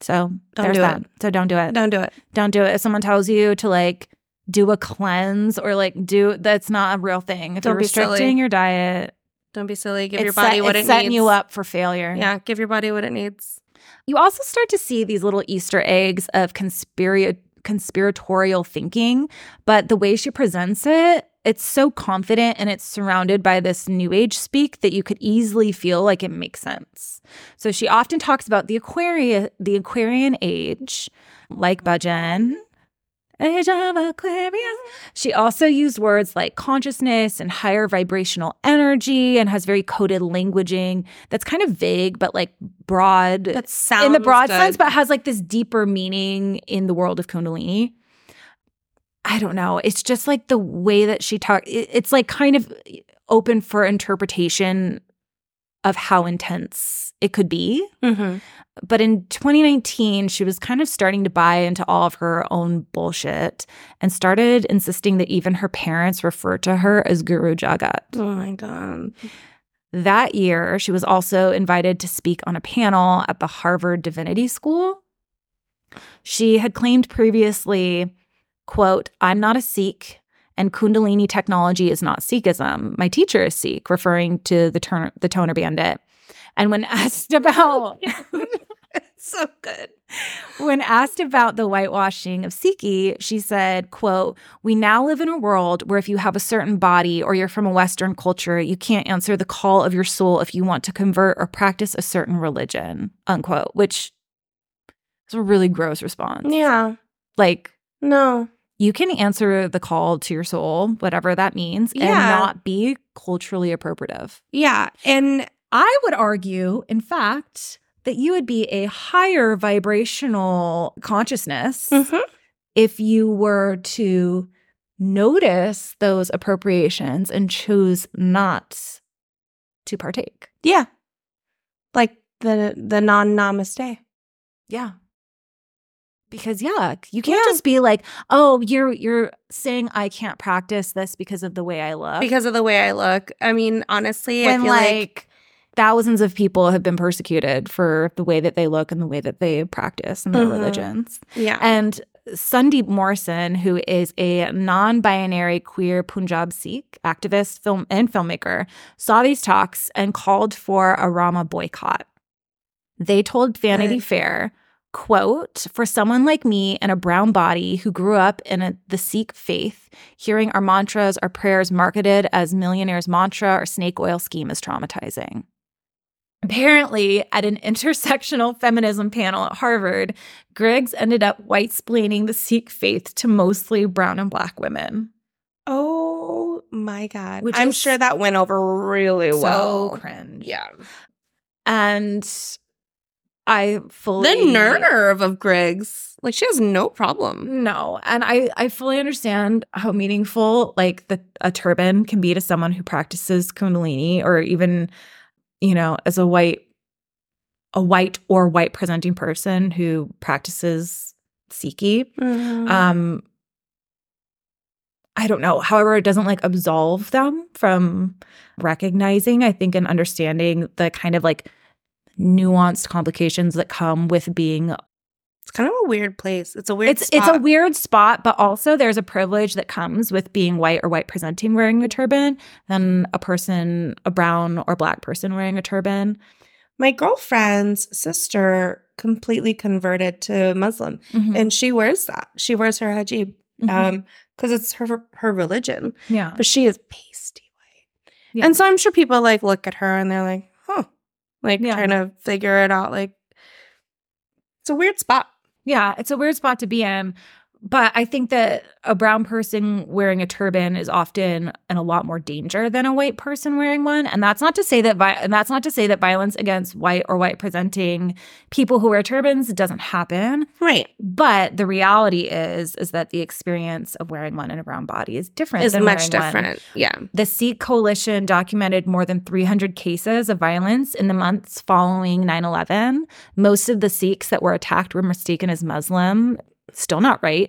Speaker 1: So there's
Speaker 2: do
Speaker 1: that.
Speaker 2: it.
Speaker 1: So don't do it.
Speaker 2: Don't do it.
Speaker 1: Don't do it. If someone tells you to like do a cleanse or like do that's not a real thing. If
Speaker 2: Don't
Speaker 1: you're
Speaker 2: be silly.
Speaker 1: restricting your diet,
Speaker 2: Don't be silly. Give your
Speaker 1: it's
Speaker 2: body
Speaker 1: set-
Speaker 2: what
Speaker 1: it's
Speaker 2: it
Speaker 1: setting
Speaker 2: needs.
Speaker 1: you up for failure.
Speaker 2: Yeah, give your body what it needs.
Speaker 1: You also start to see these little Easter eggs of conspira- conspiratorial thinking, but the way she presents it, it's so confident and it's surrounded by this new age speak that you could easily feel like it makes sense. So she often talks about the Aquarius, the Aquarian age, like Bajan. Age of Aquarius. She also used words like consciousness and higher vibrational energy and has very coded languaging that's kind of vague, but like broad
Speaker 2: That sounds
Speaker 1: in the broad
Speaker 2: good.
Speaker 1: sense, but has like this deeper meaning in the world of Kundalini. I don't know. It's just like the way that she talks. It's like kind of open for interpretation of how intense it could be.
Speaker 2: Mhm.
Speaker 3: Mm-hmm.
Speaker 1: But in 2019, she was kind of starting to buy into all of her own bullshit and started insisting that even her parents refer to her as Guru Jagat.
Speaker 2: Oh my god.
Speaker 1: That year, she was also invited to speak on a panel at the Harvard Divinity School. She had claimed previously, quote, I'm not a Sikh and Kundalini technology is not Sikhism. My teacher is Sikh, referring to the, turn- the toner bandit. And when asked about
Speaker 2: so good.
Speaker 1: when asked about the whitewashing of Sikhi, she said, quote, We now live in a world where if you have a certain body or you're from a Western culture, you can't answer the call of your soul if you want to convert or practice a certain religion, unquote, which is a really gross response.
Speaker 2: Yeah.
Speaker 1: Like,
Speaker 2: No.
Speaker 1: you can answer the call to your soul, whatever that means, and
Speaker 2: Yeah.
Speaker 1: not be culturally appropriative.
Speaker 2: Yeah. And
Speaker 1: I would argue, in fact, that you would be a higher vibrational consciousness
Speaker 2: Mm-hmm.
Speaker 1: if you were to notice those appropriations and choose not to partake.
Speaker 2: yeah. Like the the non namaste.
Speaker 1: Yeah. because yuck. You can't just be like, oh, you're you're saying I can't practice this because of the way I look.
Speaker 2: because of the way I look. I mean, honestly, I
Speaker 1: when
Speaker 2: feel
Speaker 1: like,
Speaker 2: like
Speaker 1: thousands of people have been persecuted for the way that they look and the way that they practice and their
Speaker 2: Mhm.
Speaker 1: religions.
Speaker 2: yeah.
Speaker 1: And Sandeep Morrison, who is a non binary queer Punjab Sikh activist film and filmmaker, saw these talks and called for a Rama boycott. They told Vanity
Speaker 2: Good.
Speaker 1: Fair, quote, for someone like me in a brown body who grew up in a, the Sikh faith, hearing our mantras, our prayers marketed as millionaire's mantra or snake oil scheme is traumatizing. Apparently, at an intersectional feminism panel at Harvard, Griggs ended up white splaining the Sikh faith to mostly brown and black women.
Speaker 2: oh my god,
Speaker 1: Which
Speaker 2: I'm
Speaker 1: is
Speaker 2: sure that went over really well.
Speaker 1: So cringe.
Speaker 2: Oh, Yeah,
Speaker 1: And I fully
Speaker 2: the nerve of Griggs. Like she has no problem.
Speaker 1: No. And I, I fully understand how meaningful like the a turban can be to someone who practices kundalini or even, you know, as a white a white or white presenting person who practices Sikhi.
Speaker 2: Mm-hmm. Uh,
Speaker 1: um i don't know however it doesn't like absolve them from recognizing i think and understanding the kind of like nuanced complications that come with being
Speaker 2: it's kind of a weird place. It's a weird.
Speaker 1: it's it's a weird spot but also there's a privilege that comes with being white or white presenting wearing a turban than a person a brown or black person wearing a turban
Speaker 2: My girlfriend's sister completely converted to Muslim,
Speaker 1: Mm-hmm.
Speaker 2: and she wears that. She wears her hijab
Speaker 1: Mhm.
Speaker 2: um because it's her her religion.
Speaker 1: yeah
Speaker 2: But she is pasty white,
Speaker 1: Yeah.
Speaker 2: and so I'm sure people like look at her and they're like, huh, like
Speaker 1: Yeah.
Speaker 2: trying to figure it out. Like it's a weird spot.
Speaker 1: Yeah, it's a weird spot to be in. But I think that a brown person wearing a turban is often in a lot more danger than a white person wearing one. And that's not to say that vi- and that's not to say that violence against white or white presenting people who wear turbans doesn't happen.
Speaker 2: Right.
Speaker 1: But the reality is is that the experience of wearing one in a brown body is different.
Speaker 2: Is
Speaker 1: than
Speaker 2: much
Speaker 1: wearing one
Speaker 2: different. Yeah.
Speaker 1: the Sikh coalition documented more than 300 cases of violence in the months following 9 11. Most of the Sikhs that were attacked were mistaken as Muslim. Still not right.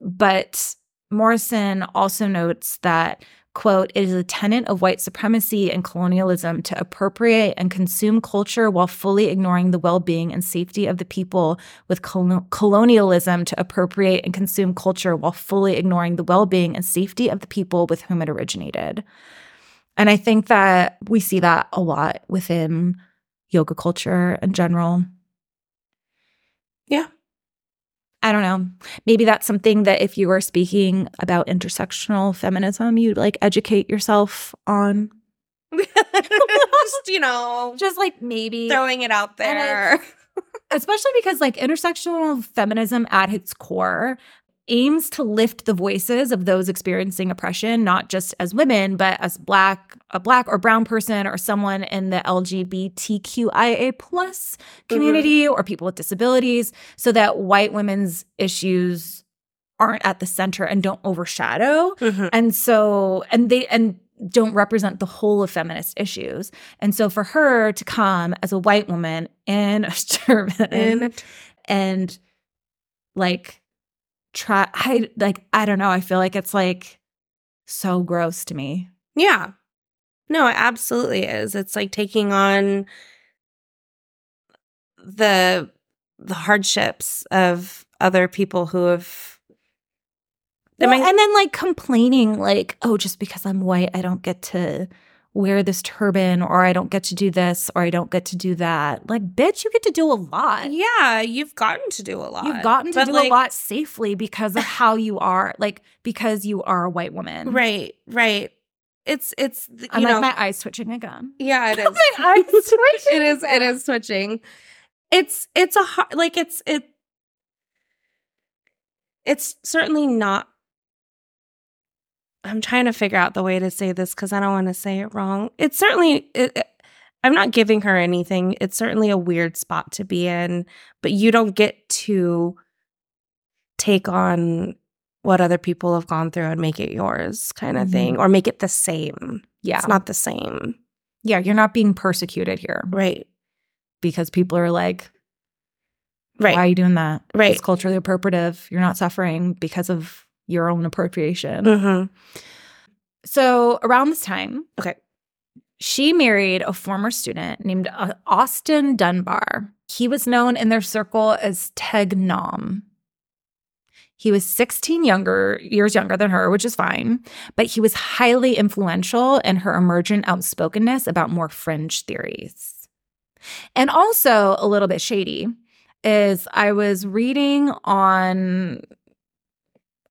Speaker 1: But Morrison also notes that, quote, it is a tenet of white supremacy and colonialism to appropriate and consume culture while fully ignoring the well being and safety of the people, with colo- colonialism to appropriate and consume culture while fully ignoring the well being and safety of the people with whom it originated. And I think that we see that a lot within yoga culture in general.
Speaker 2: Yeah.
Speaker 1: I don't know. Maybe that's something that if you were speaking about intersectional feminism, you'd like educate yourself on.
Speaker 2: Just, you know,
Speaker 1: Just like maybe.
Speaker 2: throwing it out
Speaker 1: And
Speaker 2: there.
Speaker 1: especially because like intersectional feminism at its core aims to lift the voices of those experiencing oppression not just as women but as black a black or brown person or someone in the lgbtqia plus community or people with disabilities so that white women's issues aren't at the center and don't overshadow and so and they and don't represent the whole of feminist issues and so for her to come as a white woman in a turban and,
Speaker 2: And
Speaker 1: like try i like i don't know i feel like it's like so gross to me
Speaker 2: yeah. No, it absolutely is. It's like taking on the the hardships of other people who have Am
Speaker 1: Well,
Speaker 2: I-
Speaker 1: and then like complaining like oh just because i'm white i don't get to wear this turban or i don't get to do this or i don't get to do that like bitch you get to do a lot
Speaker 2: Yeah, you've gotten to do a lot.
Speaker 1: You've gotten to
Speaker 2: But,
Speaker 1: do a
Speaker 2: like,
Speaker 1: lot safely because of how you are, like because you are a white woman.
Speaker 2: Right, right. It's it's you
Speaker 1: I'm like
Speaker 2: know
Speaker 1: my eyes twitching again.
Speaker 2: Yeah, it is.
Speaker 1: eyes
Speaker 2: it is it is switching it's it's a hard like it's it it's certainly not i'm trying to figure out the way to say this because i don't want to say it wrong it's certainly it, it- i'm not giving her anything it's certainly a weird spot to be in but you don't get to take on what other people have gone through and make it yours kind of
Speaker 1: Mhm.
Speaker 2: thing or make it the same
Speaker 1: Yeah,
Speaker 2: it's not the same
Speaker 1: yeah. You're not being persecuted here
Speaker 2: right
Speaker 1: because people are like,
Speaker 2: Right.
Speaker 1: Why are you doing that?
Speaker 2: Right.
Speaker 1: It's culturally appropriative. You're not suffering because of your own appropriation.
Speaker 2: Mm-hmm.
Speaker 1: So around this time,
Speaker 2: Okay.
Speaker 1: she married a former student named uh, Austin Dunbar. He was known in their circle as Teg Nom. He was 16 younger years younger than her, which is fine, but he was highly influential in her emergent outspokenness about more fringe theories. And also a little bit shady is I was reading on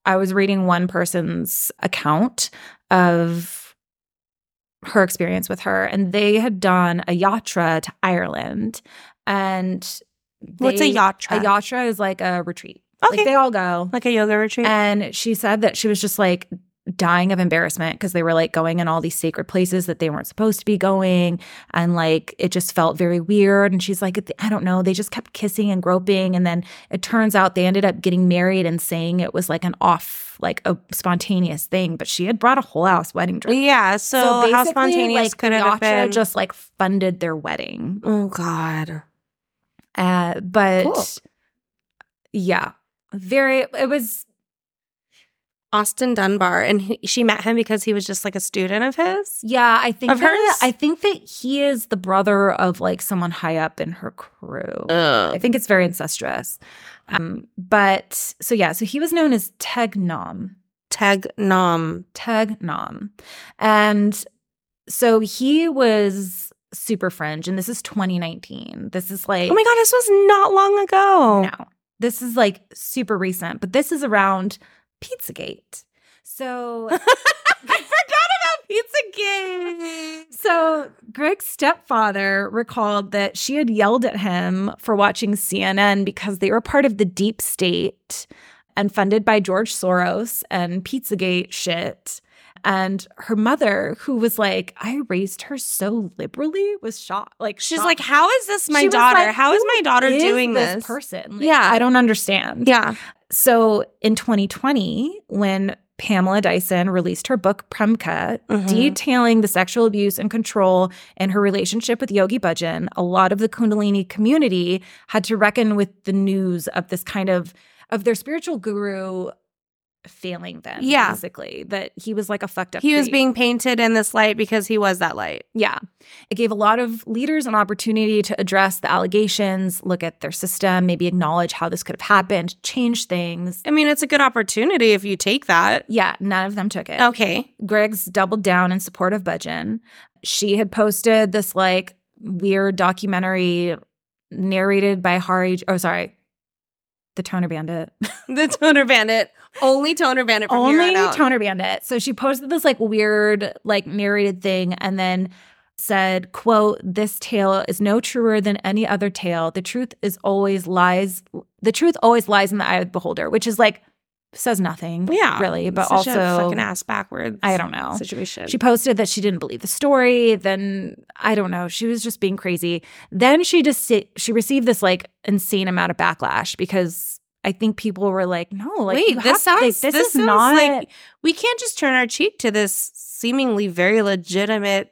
Speaker 1: I was reading one person's account of her experience with her, and they had done a yatra to Ireland. And
Speaker 2: What's a
Speaker 1: they-
Speaker 2: yatra?
Speaker 1: A yatra is like a retreat.
Speaker 2: Okay.
Speaker 1: Like they all go.
Speaker 2: like a yoga retreat.
Speaker 1: And she said that she was just like dying of embarrassment because they were like going in all these sacred places that they weren't supposed to be going. And like it just felt very weird. And she's like, I don't know. They just kept kissing and groping. And then it turns out they ended up getting married and saying it was like an off, like a spontaneous thing. But she had brought a whole house wedding dress.
Speaker 2: yeah. So, how
Speaker 1: basically,
Speaker 2: spontaneous
Speaker 1: like,
Speaker 2: could it have
Speaker 1: Yatra
Speaker 2: been?
Speaker 1: just like funded their wedding.
Speaker 2: oh God.
Speaker 1: Uh, but
Speaker 2: Cool.
Speaker 1: yeah, very, it was
Speaker 2: Austin Dunbar, and he, she met him because he was just like a student of his.
Speaker 1: Yeah, I think
Speaker 2: Of
Speaker 1: that,
Speaker 2: hers?
Speaker 1: I think that he is the brother of like someone high up in her crew. I
Speaker 2: Ugh.
Speaker 1: think it's very incestuous. Um, but so yeah, so he was known as Tegnom.
Speaker 2: Teg Nom.
Speaker 1: Tegnom. And so he was super fringe, and this is 2019. This is like
Speaker 2: Oh my God, this was not long ago.
Speaker 1: no. This is like super recent, but this is around Pizzagate. So
Speaker 2: I forgot about Pizzagate.
Speaker 1: So, Greg's stepfather recalled that she had yelled at him for watching CNN because they were part of the deep state and funded by George Soros and Pizzagate shit. And her mother, who was like, I raised her so liberally, was shocked. Like,
Speaker 2: She's
Speaker 1: shocked.
Speaker 2: like, how is this my
Speaker 1: She was
Speaker 2: daughter?
Speaker 1: like,
Speaker 2: how is my daughter
Speaker 1: Is
Speaker 2: doing this?
Speaker 1: person?
Speaker 2: Yeah.
Speaker 1: yeah, I don't understand.
Speaker 2: Yeah.
Speaker 1: So in 2020, when Pamela Dyson released her book Premka,
Speaker 2: Mhm.
Speaker 1: detailing the sexual abuse and control in her relationship with Yogi Bhajan, a lot of the Kundalini community had to reckon with the news of this kind of of their spiritual guru failing them.
Speaker 2: Yeah.
Speaker 1: basically that he was like a fucked up.
Speaker 2: He was
Speaker 1: creep.
Speaker 2: being painted in this light because he was that light.
Speaker 1: Yeah. It gave a lot of leaders an opportunity to address the allegations, look at their system, maybe acknowledge how this could have happened, change things.
Speaker 2: I mean, it's a good opportunity if you take that.
Speaker 1: Yeah, none of them took it.
Speaker 2: Okay.
Speaker 1: Greg's doubled down in support of Budgen. She had posted this like weird documentary narrated by Hari. Oh, sorry. The Toner Bandit.
Speaker 2: The Toner Bandit. Only Toner Bandit from here
Speaker 1: Only
Speaker 2: on out.
Speaker 1: Toner Bandit. So she posted this like weird, like narrated thing and then said, quote, this tale is no truer than any other tale. The truth is always lies. The truth always lies in the eye of the beholder, which is like says nothing.
Speaker 2: yeah.
Speaker 1: Really. But
Speaker 2: Such a
Speaker 1: also
Speaker 2: fucking ass backwards.
Speaker 1: I don't know.
Speaker 2: Situation.
Speaker 1: She posted that she didn't believe the story. Then I don't know. She was just being crazy. Then she just she received this like insane amount of backlash because I think people were like, no, like
Speaker 2: Wait,
Speaker 1: you
Speaker 2: this
Speaker 1: have- like,
Speaker 2: sounds-
Speaker 1: this,
Speaker 2: this
Speaker 1: is
Speaker 2: sounds
Speaker 1: not
Speaker 2: like- we can't just turn our cheek to this seemingly very legitimate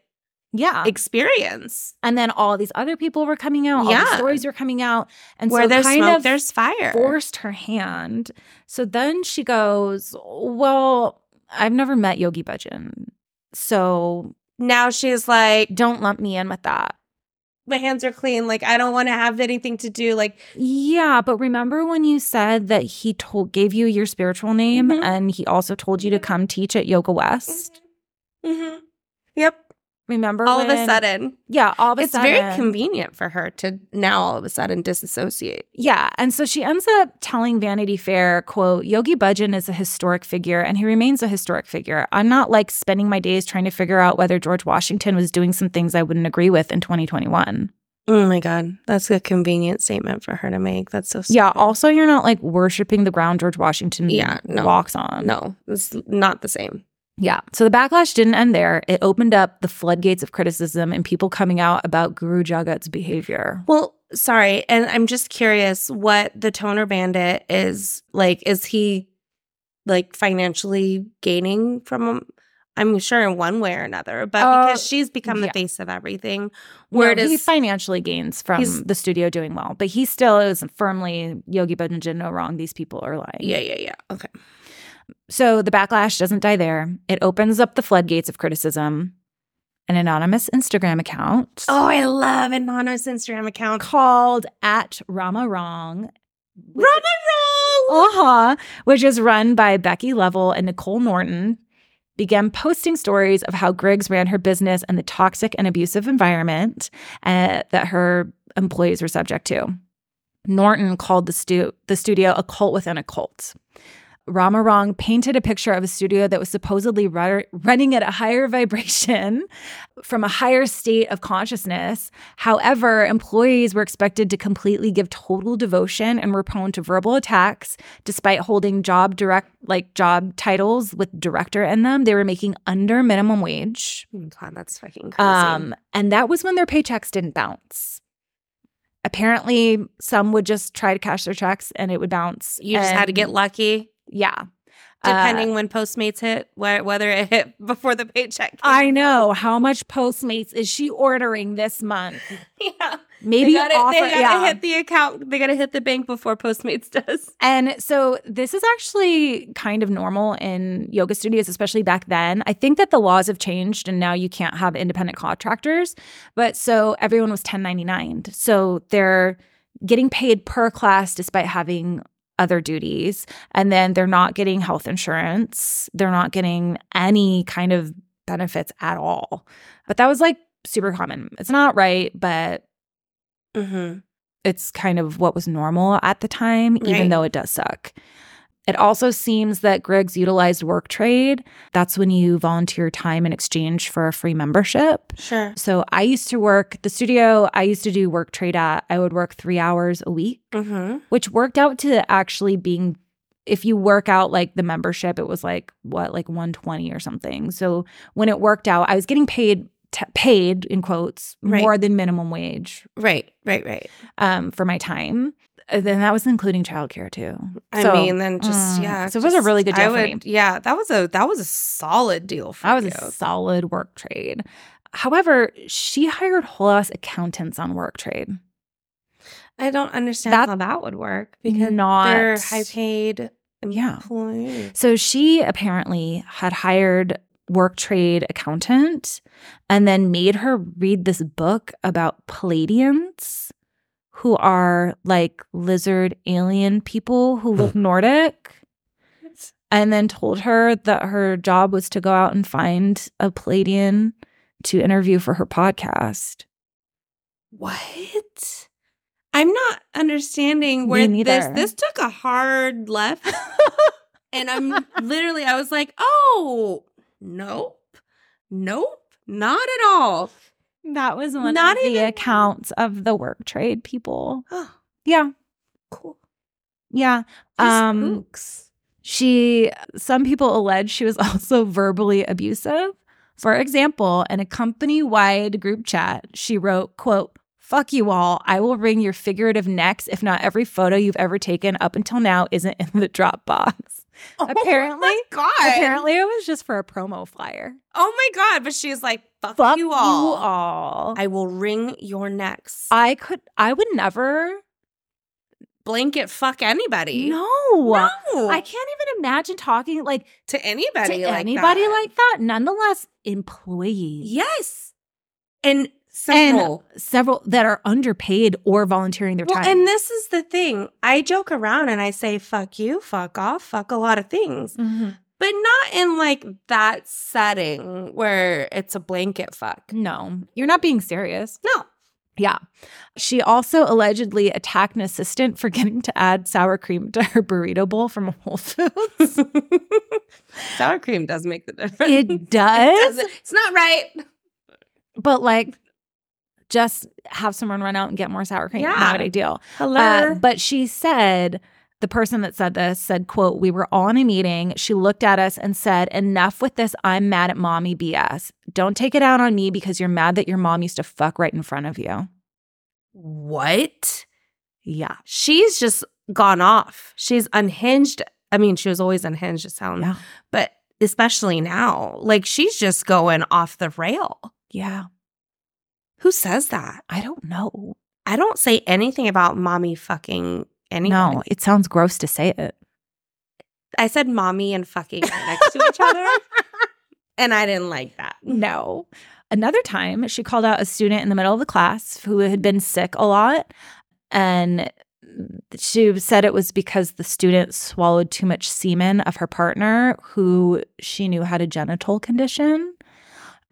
Speaker 1: yeah.
Speaker 2: experience
Speaker 1: and then all these other people were coming out. All
Speaker 2: Yeah.
Speaker 1: the stories were coming out, and
Speaker 2: where
Speaker 1: so
Speaker 2: there's
Speaker 1: kind
Speaker 2: smoke,
Speaker 1: of
Speaker 2: there's fire.
Speaker 1: forced her hand. So then she goes, well, I've never met Yogi Bhajan, so
Speaker 2: Now she's like,
Speaker 1: don't lump me in with that.
Speaker 2: my hands are clean. Like I don't want to have anything to do. Like
Speaker 1: Mm-hmm. Yeah, but remember when you said that he told gave you your spiritual name
Speaker 2: Mhm.
Speaker 1: and he also told you
Speaker 2: Mm-hmm.
Speaker 1: to come teach at Yoga West?
Speaker 2: mhm. yep.
Speaker 1: Remember
Speaker 2: All of a
Speaker 1: when-
Speaker 2: sudden,
Speaker 1: Yeah, all of a
Speaker 2: it's
Speaker 1: sudden.
Speaker 2: very convenient for her to now all of a sudden disassociate.
Speaker 1: Yeah, and so she ends up telling Vanity Fair, quote, Yogi Bhajan is a historic figure and he remains a historic figure. I'm not like spending my days trying to figure out whether George Washington was doing some things I wouldn't agree with in 2021.
Speaker 2: Oh my god, that's a convenient statement for her to make. That's so
Speaker 1: Yeah, also you're not like worshiping the ground George Washington
Speaker 2: Yeah, no.
Speaker 1: walks on.
Speaker 2: no, it's not the same.
Speaker 1: Yeah. So the backlash didn't end there. It opened up the floodgates of criticism and people coming out about Guru Jagat's behavior.
Speaker 2: Well, sorry, and I'm just curious what the toner bandit is like. Is he like financially gaining from I'm sure in one way or another, but
Speaker 1: Oh,
Speaker 2: because she's become the
Speaker 1: yeah.
Speaker 2: face of everything,
Speaker 1: Where
Speaker 2: word
Speaker 1: he
Speaker 2: is
Speaker 1: financially gains from
Speaker 2: He's-
Speaker 1: the studio doing well, but he still is firmly Yogi Bhajan did no wrong. These people are lying.
Speaker 2: yeah, yeah, yeah. Okay,
Speaker 1: So the backlash doesn't die there. It opens up the floodgates of criticism. An anonymous Instagram account
Speaker 2: Oh, I love Anana's Instagram account.
Speaker 1: called at Rama Wrong.
Speaker 2: Rama roll.
Speaker 1: Uh-huh, which is run by Becky Lovell and Nicole Norton, began posting stories of how Griggs ran her business and the toxic and abusive environment uh, that her employees were subject to. Norton called the, stu- the studio a cult within a cult. Ramarong painted a picture of a studio that was supposedly rudder- running at a higher vibration from a higher state of consciousness. However, employees were expected to completely give total devotion and were prone to verbal attacks despite holding job direct like job titles with director in them. They were making under minimum wage.
Speaker 2: Oh my God, that's fucking crazy.
Speaker 1: Um, and that was when their paychecks didn't bounce. Apparently, some would just try to cash their checks and it would bounce.
Speaker 2: you just had to get
Speaker 1: And-
Speaker 2: lucky,
Speaker 1: yeah. Uh,
Speaker 2: depending when Postmates hit, wh- whether it hit before the paycheck. came.
Speaker 1: I know how much Postmates is she ordering this month?
Speaker 2: yeah. They
Speaker 1: Maybe
Speaker 2: gotta,
Speaker 1: offer,
Speaker 2: they gotta
Speaker 1: yeah.
Speaker 2: hit the account. They gotta hit the bank before Postmates does.
Speaker 1: And so this is actually kind of normal in yoga studios, especially back then. I think that the laws have changed and now you can't have independent contractors. But so everyone was 1099. So they're getting paid per class despite having other duties. And then they're not getting health insurance. They're not getting any kind of benefits at all. But that was like super common. It's not right, but
Speaker 2: Mm-hmm.
Speaker 1: it's kind of what was normal at the time, even
Speaker 2: Right.
Speaker 1: though it does suck. It also seems that Griggs utilized work trade. That's when you volunteer time in exchange for a free membership.
Speaker 2: Sure.
Speaker 1: So I used to work the studio I used to do work trade at. I would work three hours a week,
Speaker 2: Mm-hmm.
Speaker 1: which worked out to actually being, if you work out like the membership, it was like what, like 120 or something. So when it worked out, I was getting paid, t- paid in quotes,
Speaker 2: Right.
Speaker 1: more than minimum wage
Speaker 2: Right. Right. Right.
Speaker 1: um, for my time. And then that was including childcare too.
Speaker 2: I
Speaker 1: So,
Speaker 2: mean, then just
Speaker 1: mm,
Speaker 2: yeah.
Speaker 1: so it was a
Speaker 2: just-
Speaker 1: really good deal
Speaker 2: I
Speaker 1: for
Speaker 2: would- Yeah, that was a that was a solid deal for
Speaker 1: That was
Speaker 2: you.
Speaker 1: a solid work trade. However, she hired whole ass accountants on work trade.
Speaker 2: I don't understand
Speaker 1: That-
Speaker 2: how that would work because
Speaker 1: Not-
Speaker 2: they're high paid
Speaker 1: Yeah.
Speaker 2: employees.
Speaker 1: So she apparently had hired work trade accountant and then made her read this book about Palladians who are like lizard alien people who look Nordic. and then told her that her job was to go out and find a Palladian to interview for her podcast.
Speaker 2: What? I'm not understanding where this
Speaker 1: neither.
Speaker 2: this took a hard left. and I'm literally I was like, "Oh, nope. Nope. Not at all."
Speaker 1: That was one
Speaker 2: Not
Speaker 1: of the
Speaker 2: even-
Speaker 1: accounts of the work trade people.
Speaker 2: Oh,
Speaker 1: Yeah,
Speaker 2: cool.
Speaker 1: yeah.
Speaker 2: These
Speaker 1: Um,
Speaker 2: spooks.
Speaker 1: She, some people allege she was also verbally abusive. For example, in a company wide group chat, she wrote, quote, Fuck you all. I will wring your figurative necks if not every photo you've ever taken up until now isn't in the Dropbox. apparently-
Speaker 2: Oh my god.
Speaker 1: Apparently, it was just for a promo flyer.
Speaker 2: Oh my god, but she's like, "Fuck,
Speaker 1: Fuck
Speaker 2: you, all.
Speaker 1: all. I,
Speaker 2: I will wring your necks."
Speaker 1: could, I would never.
Speaker 2: Blanket fuck anybody.
Speaker 1: No.
Speaker 2: No.
Speaker 1: I can't even imagine talking like
Speaker 2: to anybody
Speaker 1: to
Speaker 2: like
Speaker 1: anybody
Speaker 2: that.
Speaker 1: like that. Nonetheless, employees.
Speaker 2: Yes. And several
Speaker 1: several that are underpaid or volunteering their
Speaker 2: Well,
Speaker 1: time.
Speaker 2: and this is the thing. I joke around and I say, fuck you, fuck off, fuck a lot of things, but not in like that setting where it's a blanket fuck.
Speaker 1: no, you're not being serious.
Speaker 2: No.
Speaker 1: Yeah. She also allegedly attacked an assistant for getting to add sour cream to her burrito bowl from Whole Foods.
Speaker 2: Sour cream does make the difference.
Speaker 1: it does,
Speaker 2: doesn't- It's not right.
Speaker 1: but like just have someone run out and get more sour cream. Not
Speaker 2: Yeah.
Speaker 1: a big deal.
Speaker 2: Hello.
Speaker 1: Uh, but she said the person that said this said quote we were all in a meeting she looked at us and said enough with this i'm mad at mommy bs don't take it out on me because you're mad that your mom used to fuck right in front of you
Speaker 2: what?
Speaker 1: yeah
Speaker 2: She's just gone off. She's unhinged. I mean, she was always unhinged, it sounds,
Speaker 1: Yeah.
Speaker 2: but especially now. Like she's just going off the rail.
Speaker 1: Yeah.
Speaker 2: Who says that?
Speaker 1: I don't know.
Speaker 2: I don't say anything about mommy fucking anyone.
Speaker 1: No, it sounds gross to say it.
Speaker 2: I said mommy and fucking right next to each other. And I didn't like that.
Speaker 1: No. Another time, she called out a student in the middle of the class who had been sick a lot. And she said it was because the student swallowed too much semen of her partner, who she knew had a genital condition.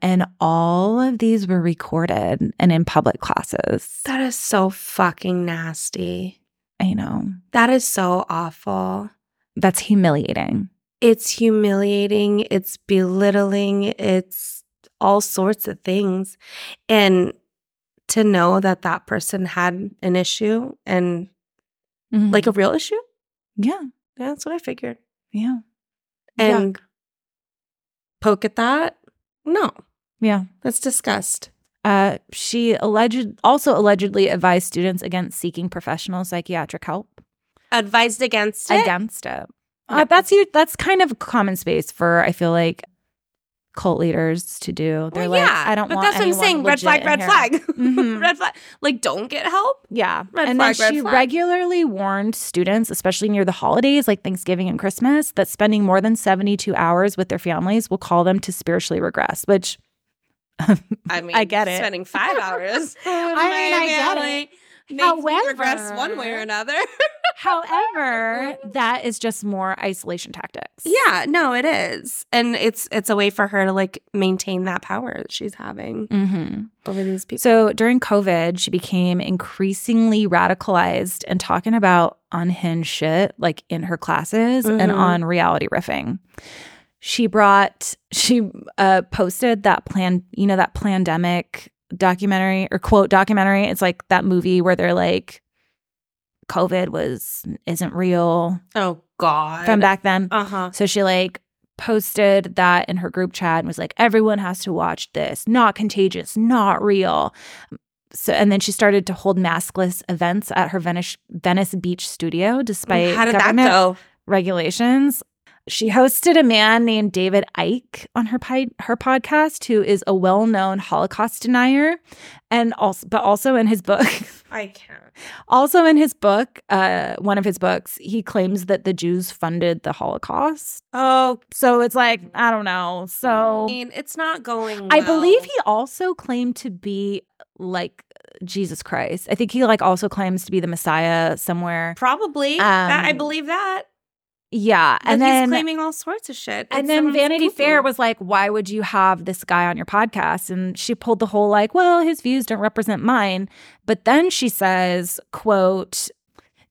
Speaker 1: And all of these were recorded and in public classes.
Speaker 2: That is so fucking nasty.
Speaker 1: I know.
Speaker 2: That is so awful.
Speaker 1: That's humiliating.
Speaker 2: It's humiliating, it's belittling, it's all sorts of things. And to know that that person had an issue and like a real issue,
Speaker 1: yeah,
Speaker 2: yeah, that's what I figured.
Speaker 1: yeah,
Speaker 2: And poke at that? No,
Speaker 1: yeah.
Speaker 2: that's disgust.
Speaker 1: Uh, she alleged also allegedly advised students against seeking professional psychiatric help
Speaker 2: Advised against it.
Speaker 1: against it.
Speaker 2: Yeah.
Speaker 1: Uh, that's you. That's kind of common space for I feel like cult leaders to do. They're like, I don't.
Speaker 2: Uh, But
Speaker 1: want
Speaker 2: that's what I'm
Speaker 1: anyone
Speaker 2: saying. Red
Speaker 1: legit
Speaker 2: flag,
Speaker 1: in
Speaker 2: red
Speaker 1: here."
Speaker 2: flag,
Speaker 1: Mhm.
Speaker 2: red flag. Like, don't get help.
Speaker 1: Yeah.
Speaker 2: Red
Speaker 1: and
Speaker 2: flag,
Speaker 1: then
Speaker 2: red
Speaker 1: she
Speaker 2: flag.
Speaker 1: regularly warned students, especially near the holidays like Thanksgiving and Christmas, that spending more than 72 hours with their families will call them to spiritually regress, which
Speaker 2: I mean,
Speaker 1: I get it.
Speaker 2: Spending five hours.
Speaker 1: I get it.
Speaker 2: However, regress one way or
Speaker 1: However-
Speaker 2: another.
Speaker 1: However, that is just more isolation tactics.
Speaker 2: yeah, no, it is, and it's it's a way for her to like maintain that power that she's having
Speaker 1: Mm-hmm.
Speaker 2: over these people.
Speaker 1: So during COVID, she became increasingly radicalized and talking about unhinged shit, like in her classes and
Speaker 2: Mhm.
Speaker 1: on reality riffing. She brought, she uh, posted that plan, you know, that pandemic documentary or quote documentary. It's like that movie where they're like, COVID was, isn't real
Speaker 2: oh God.
Speaker 1: from back then.
Speaker 2: Uh huh.
Speaker 1: So she like posted that in her group chat and was like, everyone has to watch this. Not contagious, not real. So and then she started to hold maskless events at her Venice Venice Beach studio despite
Speaker 2: How did that
Speaker 1: government
Speaker 2: go?
Speaker 1: regulations. She hosted a man named David Icke on her pi- her podcast, who is a well known Holocaust denier, and also but also in his book,
Speaker 2: I can't.
Speaker 1: also in his book, uh, one of his books, he claims that the Jews funded the Holocaust.
Speaker 2: Oh,
Speaker 1: So it's like, I don't know.
Speaker 2: I
Speaker 1: So
Speaker 2: mean, it's not going.
Speaker 1: I believe
Speaker 2: well.
Speaker 1: he also claimed to be like Jesus Christ. I think he like also claims to be the Messiah somewhere.
Speaker 2: probably. That- I
Speaker 1: Um,
Speaker 2: believe that.
Speaker 1: Yeah.
Speaker 2: Like,
Speaker 1: And then
Speaker 2: he's claiming all sorts of shit. It's
Speaker 1: and then
Speaker 2: someone's
Speaker 1: Vanity
Speaker 2: cuckoo.
Speaker 1: Fair was like, why would you have this guy on your podcast? And she pulled the whole like, well, his views don't represent mine. But then she says, quote,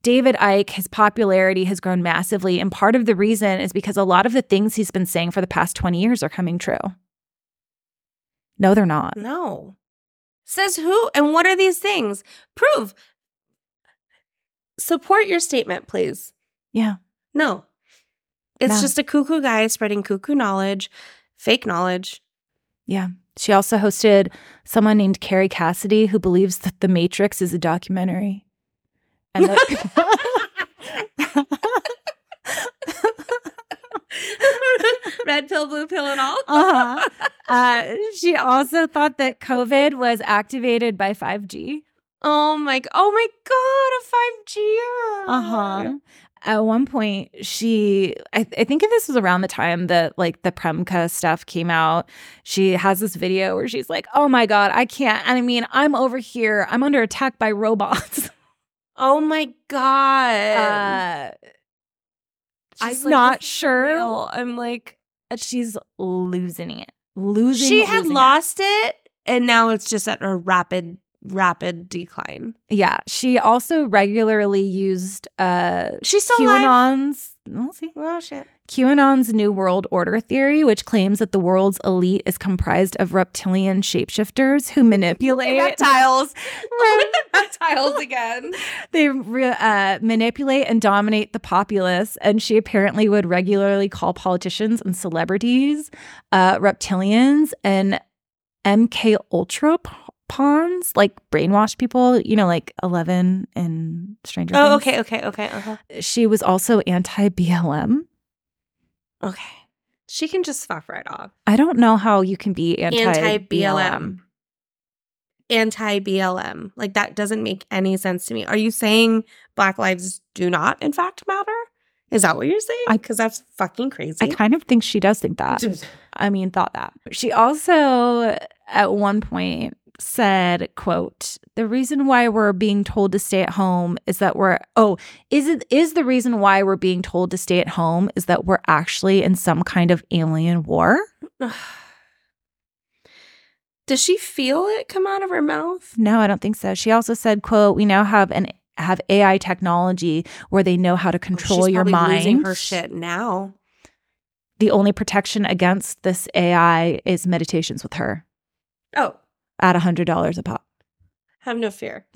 Speaker 1: David Icke, his popularity has grown massively. And part of the reason is because a lot of the things he's been saying for the past 20 years are coming true. No, they're not.
Speaker 2: No. Says who and what are these things? Prove. Support your statement, please.
Speaker 1: Yeah.
Speaker 2: No. It's
Speaker 1: No.
Speaker 2: just a cuckoo guy spreading cuckoo knowledge, fake knowledge.
Speaker 1: She also hosted someone named Carrie Cassidy who believes that The Matrix is a documentary. And that-
Speaker 2: Red pill, blue pill, and all.
Speaker 1: Uh-huh. Uh, she also thought that COVID was activated by 5G.
Speaker 2: Oh my! Oh my God! A five G.
Speaker 1: Uh-huh. At one point, she, I, I think this was around the time that like the Premka stuff came out. She has this video where she's like, oh my God, I can't. I mean, I'm over here, I'm under attack by robots.
Speaker 2: Oh my God!
Speaker 1: Uh,
Speaker 2: She's
Speaker 1: she's
Speaker 2: like,
Speaker 1: not
Speaker 2: "This is
Speaker 1: sure.
Speaker 2: real." I'm like,
Speaker 1: She's losing it. Losing
Speaker 2: she had
Speaker 1: losing it.
Speaker 2: lost it. and now it's just at a rapid rapid decline
Speaker 1: Yeah. She also regularly used uh
Speaker 2: she's still alive
Speaker 1: QAnon's we'll see.
Speaker 2: oh shit
Speaker 1: QAnon's New World Order theory, which claims that the world's elite is comprised of reptilian shapeshifters who manipulate
Speaker 2: reptiles reptiles again
Speaker 1: they re- uh, manipulate and dominate the populace. And she apparently would regularly call politicians and celebrities uh, reptilians and MK Ultra p- pawns, like brainwash people. You know, like Eleven and Stranger.
Speaker 2: oh
Speaker 1: Things.
Speaker 2: okay okay okay uh-huh.
Speaker 1: She was also anti BLM.
Speaker 2: okay She can just fuck right off.
Speaker 1: I don't know how you can be anti
Speaker 2: Anti-BLM.
Speaker 1: BLM.
Speaker 2: Anti BLM. Like that doesn't make any sense to me. Are you saying Black lives do not, in fact, matter? Is that what you're saying?
Speaker 1: I-
Speaker 2: Because that's fucking crazy.
Speaker 1: I kind of think she does think that. I mean, thought that. She also, at one point, said, quote, the reason why we're being told to stay at home is that we're, oh, is it, is the reason why we're being told to stay at home is that we're actually in some kind of alien war?
Speaker 2: Does she feel it come out of her mouth?
Speaker 1: No, I don't think so. She also said, quote, we now have an, have AI technology where they know how to control
Speaker 2: Oh, She's
Speaker 1: your
Speaker 2: probably
Speaker 1: mind.
Speaker 2: Losing her shit now.
Speaker 1: The only protection against this AI is meditations with her
Speaker 2: Oh,
Speaker 1: at $100 a pop.
Speaker 2: have no fear.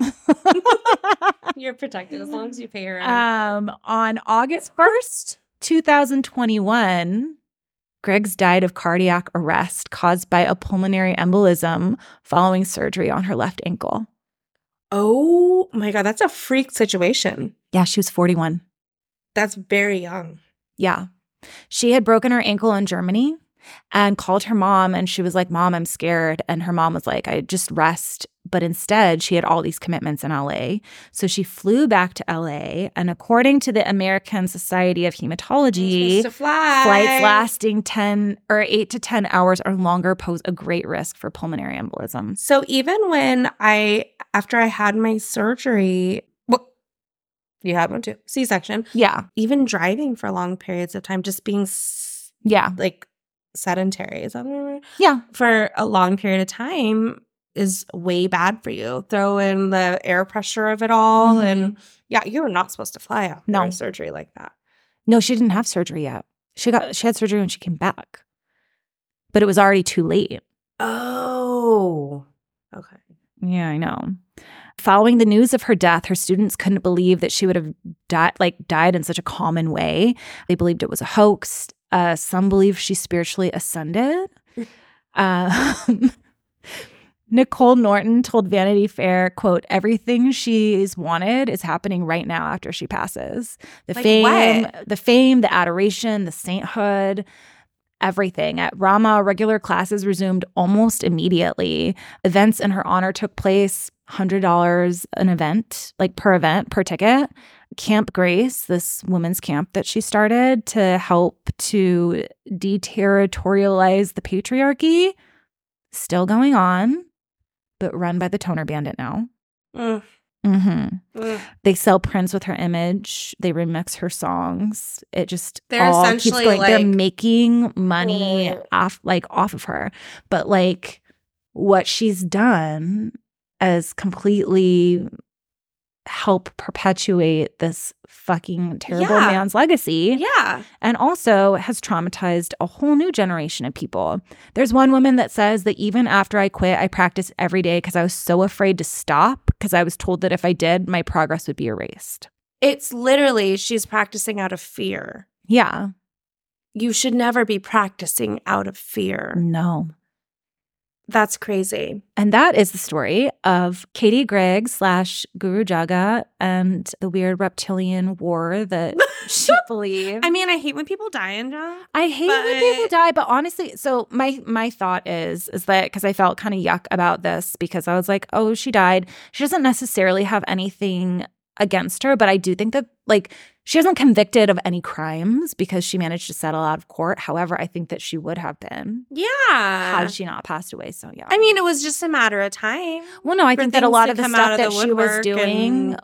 Speaker 2: You're protected as long as you pay your rent.
Speaker 1: Um, on August 1st, 2021, Greggs died of cardiac arrest caused by a pulmonary embolism following surgery on her left ankle.
Speaker 2: oh my god, that's a freak situation.
Speaker 1: Yeah, she was 41.
Speaker 2: That's very young.
Speaker 1: Yeah. She had broken her ankle in Germany and called her mom and she was like, "Mom, I'm scared." And her mom was like, "I just rest." But instead, she had all these commitments in LA. So she flew back to LA and according to the American Society of Hematology,
Speaker 2: Supposed to fly.
Speaker 1: Flights lasting 10 or 8 to 10 hours or longer pose a great risk for pulmonary embolism.
Speaker 2: So even when I after I had my surgery, well, you had one too, C section.
Speaker 1: Yeah.
Speaker 2: Even driving for long periods of time, just being s-
Speaker 1: Yeah.
Speaker 2: like sedentary, is that the right? word?
Speaker 1: Yeah.
Speaker 2: for a long period of time is way bad for you. Throw in the air pressure of it all, and yeah, you were not supposed to fly after
Speaker 1: Mm-hmm. No.
Speaker 2: a surgery like that.
Speaker 1: No, she didn't have surgery yet. She got she had surgery when she came back. But it was already too late.
Speaker 2: Oh, okay.
Speaker 1: Yeah, I know. Following the news of her death, her students couldn't believe that she would have died like died in such a common way. They believed it was a hoax. Uh, some believe she spiritually ascended. Um, Nicole Norton told Vanity Fair, "quote Everything she's wanted is happening right now after she passes. The
Speaker 2: Like
Speaker 1: fame, the fame, the adoration, the sainthood." Everything at Rama, regular classes resumed almost immediately. Events in her honor took place, $100 an event, like per event, per ticket. Camp Grace, this women's camp that she started to help to deterritorialize the patriarchy, still going on, but run by the toner bandit now.
Speaker 2: Mm,
Speaker 1: hmm
Speaker 2: mm.
Speaker 1: They sell prints with her image. They remix her songs. It just
Speaker 2: They're
Speaker 1: all keeps
Speaker 2: essentially,
Speaker 1: going. They're
Speaker 2: like-
Speaker 1: making money
Speaker 2: Mm.
Speaker 1: off like off of her, but like what she's done is completely help perpetuate this fucking terrible
Speaker 2: Yeah.
Speaker 1: man's legacy
Speaker 2: Yeah.
Speaker 1: and also has traumatized a whole new generation of people. There's one woman that says that even after I quit, I practiced every day because I was so afraid to stop because I was told that if I did, my progress would be erased.
Speaker 2: It's literally she's practicing out of fear.
Speaker 1: Yeah.
Speaker 2: You should never be practicing out of fear.
Speaker 1: No.
Speaker 2: That's crazy.
Speaker 1: And that is the story of Katie Gregg slash Guru Jaga and the weird reptilian war that she believes.
Speaker 2: I mean, I hate when people die in jail.
Speaker 1: I hate when people
Speaker 2: But-
Speaker 1: die, but honestly, so my my thought is is that because I felt kind of yuck about this because I was like, oh, she died. She doesn't necessarily have anything against her, but I do think that like she isn't convicted of any crimes because she managed to settle out of court. However, I think that she would have been
Speaker 2: Yeah.
Speaker 1: had she not passed away. So yeah,
Speaker 2: Uh. I mean, it was just a matter of time.
Speaker 1: well, no, I
Speaker 2: for
Speaker 1: think that a
Speaker 2: things
Speaker 1: lot
Speaker 2: to
Speaker 1: of the
Speaker 2: come
Speaker 1: stuff
Speaker 2: out
Speaker 1: that
Speaker 2: of the
Speaker 1: she was
Speaker 2: woodwork
Speaker 1: doing,
Speaker 2: and-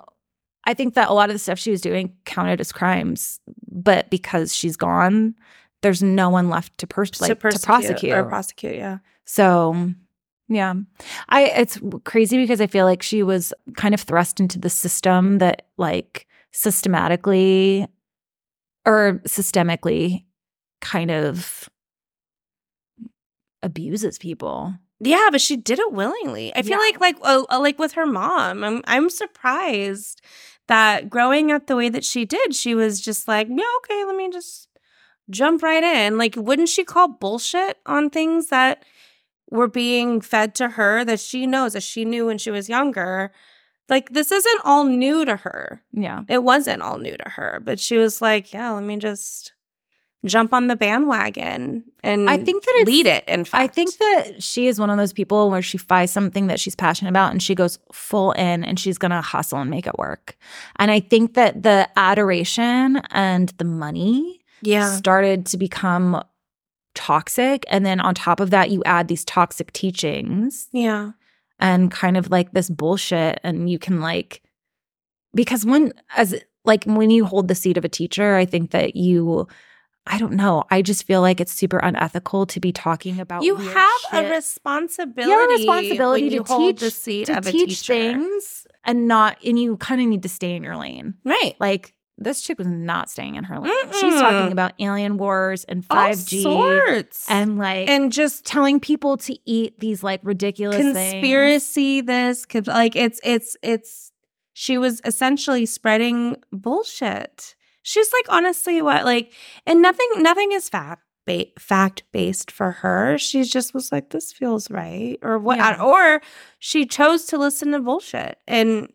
Speaker 1: I think that a lot of the stuff she was doing counted as crimes, but because she's gone, there's no one left to, pers- like, to,
Speaker 2: persecute
Speaker 1: prosecute.
Speaker 2: or prosecute. Yeah,
Speaker 1: so, yeah, I it's crazy because I feel like she was kind of thrust into the system that like systematically or systemically kind of abuses people.
Speaker 2: yeah, but she did it willingly. I feel
Speaker 1: Yeah.
Speaker 2: like like uh, uh, like with her mom. I'm I'm surprised that growing up the way that she did, she was just like, yeah, okay, let me just jump right in. Like, wouldn't she call bullshit on things that were being fed to her that she knows that she knew when she was younger? Like, this isn't all new to her.
Speaker 1: Yeah.
Speaker 2: It wasn't all new to her, but she was like, yeah, let me just jump on the bandwagon and
Speaker 1: I think that it's-
Speaker 2: lead it. In fact,
Speaker 1: I think that she is one of those people where she finds something that she's passionate about and she goes full in and she's going to hustle and make it work. And I think that the adoration and the money
Speaker 2: yeah,
Speaker 1: started to become toxic. And then on top of that, you add these toxic teachings
Speaker 2: yeah,
Speaker 1: and kind of like this bullshit. And you can like, because when, as like when you hold the seat of a teacher, I think that you. I don't know. I just feel like it's super unethical to be talking about
Speaker 2: you
Speaker 1: weird
Speaker 2: have
Speaker 1: shit
Speaker 2: a responsibility.
Speaker 1: You have a responsibility
Speaker 2: when
Speaker 1: to
Speaker 2: you hold
Speaker 1: teach-
Speaker 2: the seat
Speaker 1: to
Speaker 2: of a
Speaker 1: teach
Speaker 2: teacher.
Speaker 1: things and not and you kind of need to stay in your lane
Speaker 2: right?
Speaker 1: like this chick was not staying in her lane she's talking
Speaker 2: Mm-mm.
Speaker 1: about alien wars and
Speaker 2: All
Speaker 1: 5g
Speaker 2: sorts,
Speaker 1: and like
Speaker 2: and just
Speaker 1: telling people to eat these like ridiculous things.
Speaker 2: conspiracy this cons- like it's it's it's she was essentially spreading bullshit she's like honestly what like and nothing nothing is fact ba- fact based for her she just was like this feels right or what uh,
Speaker 1: Yeah.
Speaker 2: or she chose to listen to bullshit and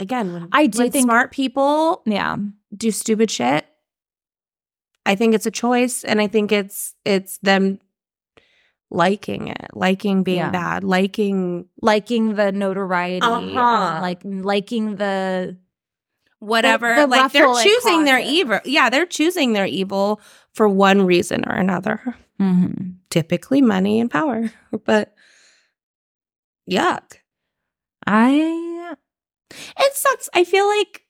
Speaker 2: again when,
Speaker 1: I do
Speaker 2: when
Speaker 1: think-
Speaker 2: smart people
Speaker 1: yeah
Speaker 2: do stupid shit i think it's a choice and i think it's it's them liking it liking being
Speaker 1: Yeah.
Speaker 2: bad liking
Speaker 1: liking the notoriety and,
Speaker 2: Uh-huh.
Speaker 1: like liking the
Speaker 2: whatever.
Speaker 1: The- the
Speaker 2: like they're
Speaker 1: ruffle it
Speaker 2: choosing their
Speaker 1: causes.
Speaker 2: evil. Yeah, they're choosing their evil for one reason or another.
Speaker 1: Mhm.
Speaker 2: Typically money and power. But yuck.
Speaker 1: i
Speaker 2: It sucks. I feel like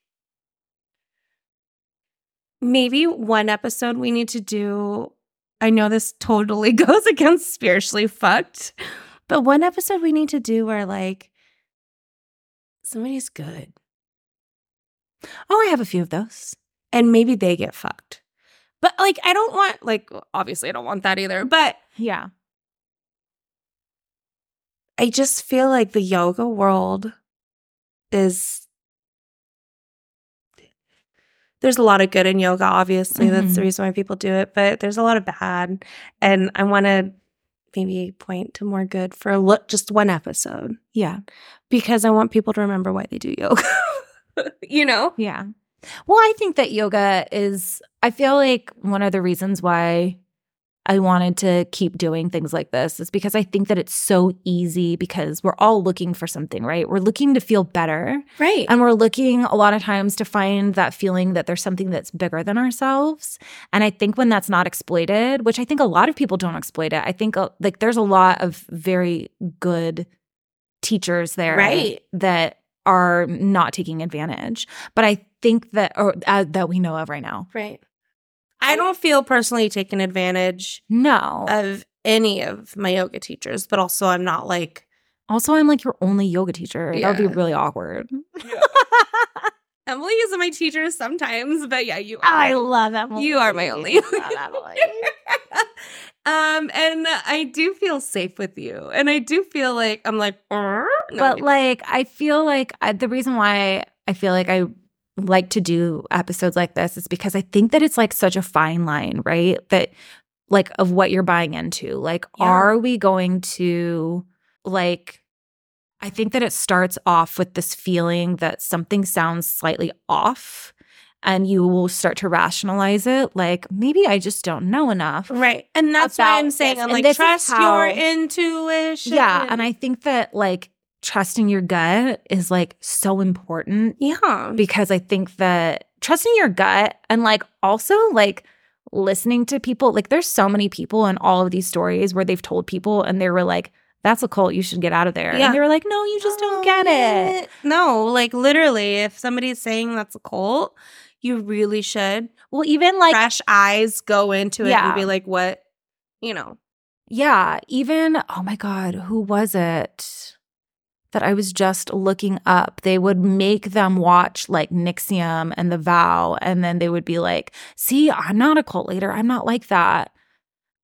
Speaker 2: maybe one episode we need to do. I know this totally goes against spiritually fucked, but one episode we need to do where like somebody's good
Speaker 1: oh i have a few of those
Speaker 2: and maybe they get fucked. But like, I don't want like obviously I don't want that either. But
Speaker 1: yeah
Speaker 2: I just feel like the yoga world is there's a lot of good in yoga. Obviously, that's the
Speaker 1: Mhm.
Speaker 2: reason why people do it. But there's a lot of bad, and I want to maybe point to more good for a look just one episode
Speaker 1: yeah
Speaker 2: because I want people to remember why they do yoga. you know,
Speaker 1: Yeah. Well, I think that yoga is, I feel like one of the reasons why I wanted to keep doing things like this is because I think that it's so easy because we're all looking for something, right? We're looking to feel better.
Speaker 2: right?
Speaker 1: And we're looking a lot of times to find that feeling that there's something that's bigger than ourselves. And I think when that's not exploited, which I think a lot of people don't exploit it, I think uh, like there's a lot of very good teachers there
Speaker 2: Right.
Speaker 1: that are not taking advantage. But I think that or uh, that we know of right now.
Speaker 2: right. I don't feel personally taken advantage
Speaker 1: No.
Speaker 2: of any of my yoga teachers, but also I'm not like
Speaker 1: also, I'm like your only yoga teacher. That would
Speaker 2: Yeah. Oh,
Speaker 1: be really awkward.
Speaker 2: Emily is my teacher sometimes, but yeah, you are.
Speaker 1: love that.
Speaker 2: You are my only. um, and I do feel safe with you, and I do feel like I'm like, "Er?" No,
Speaker 1: but
Speaker 2: I-
Speaker 1: like i feel like I, the reason why i feel like i like to do episodes like this is because i think that it's like such a fine line right that like of what you're buying into like
Speaker 2: Yeah.
Speaker 1: are we going to like i think that it starts off with this feeling that something sounds slightly off and you will start to rationalize it like maybe i just don't know enough
Speaker 2: right, and that's why I'm
Speaker 1: about
Speaker 2: saying
Speaker 1: this,
Speaker 2: I'm
Speaker 1: and
Speaker 2: like
Speaker 1: this is
Speaker 2: trust
Speaker 1: how-
Speaker 2: your intuition.
Speaker 1: yeah and i think that like trusting your gut is like so important
Speaker 2: yeah,
Speaker 1: because I think that trusting your gut and like also like listening to people, like there's so many people in all of these stories where they've told people and they were like, that's a cult, you should get out of there.
Speaker 2: Yeah.
Speaker 1: And they were like, no, you just don't get it.
Speaker 2: Oh, No, like literally, if somebody's saying that's a cult, you really should
Speaker 1: Well, even like,
Speaker 2: fresh eyes go into it
Speaker 1: Yeah.
Speaker 2: and be like, what, you know,
Speaker 1: yeah, even, oh my God, who was it? That I was just looking up. They would make them watch like Nixium and The Vow, and then they would be like, "See, I'm not a cult leader. I'm not like that."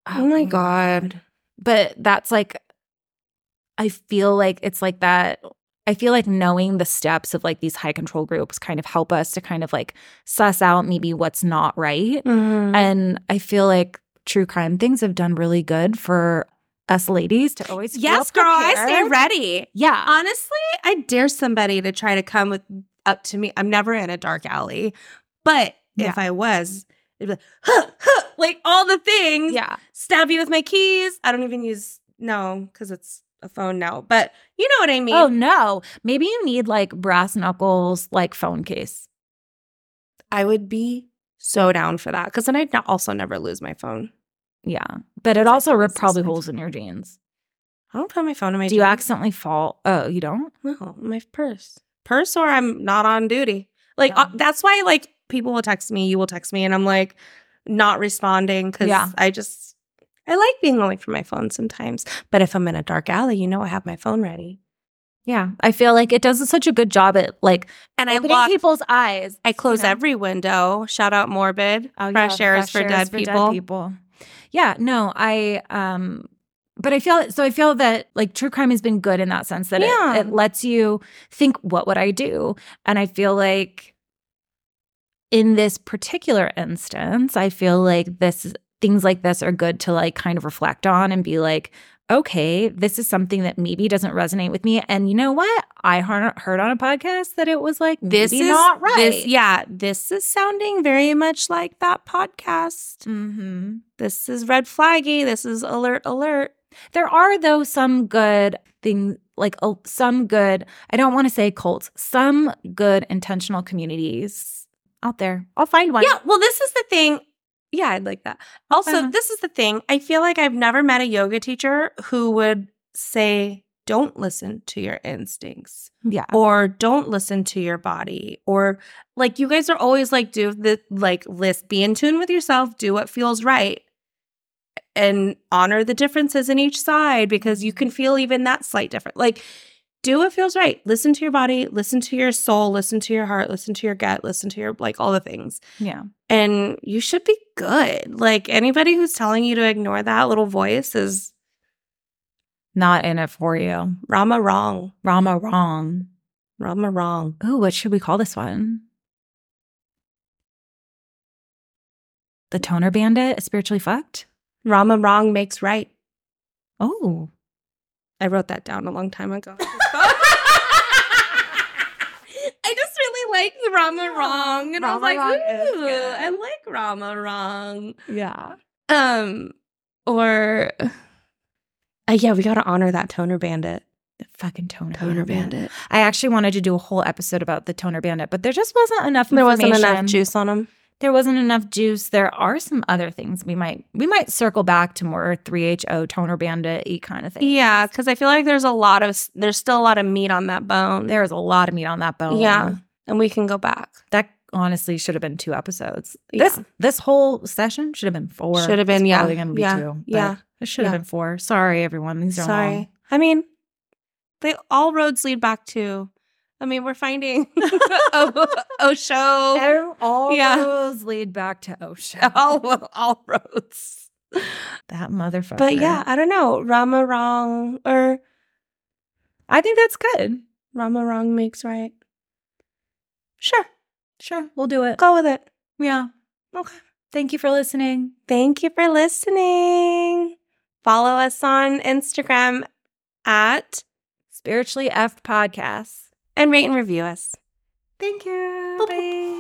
Speaker 2: Oh
Speaker 1: Um,
Speaker 2: God.
Speaker 1: but that's like i feel like it's like that i feel like knowing the steps of like these high control groups kind of help us to kind of like suss out maybe what's not right
Speaker 2: Mm-hmm.
Speaker 1: and i feel like true crime things have done really good for us ladies to always feel
Speaker 2: Yes, girl, I stay
Speaker 1: prepared.
Speaker 2: ready.
Speaker 1: yeah
Speaker 2: Honestly, I dare somebody to try to come with, up to me. I'm never in a dark alley, but
Speaker 1: Yeah.
Speaker 2: if I was,
Speaker 4: It'd be like, huh, huh, like all the things.
Speaker 2: Yeah.
Speaker 4: Stab you with my keys. I don't even use no because it's a phone now, but you know what I mean.
Speaker 1: Oh no. Maybe you need like brass knuckles, like phone case.
Speaker 2: I would be so down for that because then I'd not- also never lose my phone.
Speaker 1: Yeah. But it also rip
Speaker 2: this
Speaker 1: probably
Speaker 2: is-
Speaker 1: holes in your jeans.
Speaker 2: I don't put my phone in my
Speaker 1: Do you
Speaker 2: jeans.
Speaker 1: accidentally fall? Oh, you don't?
Speaker 2: No, my purse. Purse or I'm not on duty. Like uh,
Speaker 1: Yeah.
Speaker 2: that's why like people will text me, you will text me and I'm like not responding cuz
Speaker 1: Yeah.
Speaker 2: I just I like being away from my phone sometimes. But if I'm in a dark alley, you know I have my phone ready.
Speaker 1: Yeah. I feel like it does such a good job at like
Speaker 2: And
Speaker 1: opening
Speaker 2: I lock
Speaker 1: people's eyes.
Speaker 2: I close
Speaker 1: you know.
Speaker 2: every window. Shout out Morbid.
Speaker 1: Oh, yeah,
Speaker 2: fresh air is
Speaker 1: fresh
Speaker 2: for,
Speaker 1: air
Speaker 2: dead,
Speaker 1: is for
Speaker 2: people.
Speaker 1: people. Yeah, no, I um but I feel so I feel that like true crime has been good in that sense that it-
Speaker 2: Yeah.
Speaker 1: it, lets you think what would I do? And I feel like in this particular instance, I feel like this things like this are good to like kind of reflect on and be like okay, this is something that maybe doesn't resonate with me and you know what? I heard, heard on a podcast that it was like
Speaker 2: This
Speaker 1: maybe
Speaker 2: is
Speaker 1: not right.
Speaker 2: This, yeah, this is sounding very much like that podcast.
Speaker 1: Mhm.
Speaker 2: This is red flaggy. This is alert, alert.
Speaker 1: There are though some good things like uh, some good I don't want to say cults, some good intentional communities out there. I'll find one.
Speaker 2: Yeah, well, this is the thing. Yeah, I'd like that. Also,
Speaker 1: Uh-huh.
Speaker 2: this is the thing. I feel like I've never met a yoga teacher who would say, don't listen to your instincts
Speaker 1: Yeah.
Speaker 2: or don't listen to your body. Or like you guys are always like, do the like list, be in tune with yourself, do what feels right and honor the differences in each side because you can feel even that slight difference. Like, do what feels right. Listen to your body, listen to your soul, listen to your heart, listen to your gut, listen to your like all the things
Speaker 1: Yeah.
Speaker 2: and you should be good. Like anybody who's telling you to ignore that little voice is
Speaker 1: Not in it for you.
Speaker 2: Rama wrong.
Speaker 1: Rama wrong.
Speaker 2: Rama wrong.
Speaker 1: Ooh, what should we call this one? The toner bandit is spiritually fucked?
Speaker 2: Rama wrong makes right.
Speaker 1: Oh.
Speaker 2: I wrote that down a long time ago.
Speaker 4: I just really like the Rama Wrong. And
Speaker 2: Rama
Speaker 4: I was
Speaker 2: Wrong is
Speaker 4: like, ooh,
Speaker 2: good.
Speaker 4: I like Rama Wrong.
Speaker 1: Yeah.
Speaker 2: um or uh, yeah, we gotta honor that toner bandit.
Speaker 1: The fucking toner.
Speaker 2: bandit.
Speaker 1: I actually wanted to do a whole episode about the toner bandit, but there just wasn't enough
Speaker 2: There wasn't enough
Speaker 1: information.
Speaker 2: juice on him.
Speaker 1: there wasn't enough juice. There are some other things we might we might circle back to more 3HO toner bandit y kind of thing.
Speaker 2: Yeah, because I feel like there's a lot of s- there's still a lot of meat on that bone.
Speaker 1: There is a lot of meat on that bone.
Speaker 2: Yeah. And we can go back.
Speaker 1: That honestly should have been two episodes.
Speaker 2: Yeah.
Speaker 1: This this whole session should have been four.
Speaker 2: Should have been,
Speaker 1: It's
Speaker 2: yeah.
Speaker 1: Probably gonna be
Speaker 2: Yeah.
Speaker 1: two. but
Speaker 2: Yeah.
Speaker 1: It should have
Speaker 2: Yeah.
Speaker 1: been four. Sorry everyone. These are
Speaker 2: Sorry.
Speaker 1: long.
Speaker 2: I mean, they all roads lead back to. I mean, we're finding O- Osho.
Speaker 1: They're All
Speaker 2: Oh. Yeah.
Speaker 1: roads lead back to Osho.
Speaker 2: All all roads.
Speaker 1: That motherfucker.
Speaker 2: But yeah, I don't know. Rama wrong or
Speaker 1: I think that's good.
Speaker 2: Rama wrong makes right. Sure,
Speaker 1: Sure, we'll do it.
Speaker 2: go with it.
Speaker 1: Yeah.
Speaker 2: Okay.
Speaker 1: Thank you for listening.
Speaker 2: Thank you for listening. Follow us on Instagram at
Speaker 1: Spiritually Effed Podcast.
Speaker 2: and rate and review us.
Speaker 1: Thank you.
Speaker 2: Bye.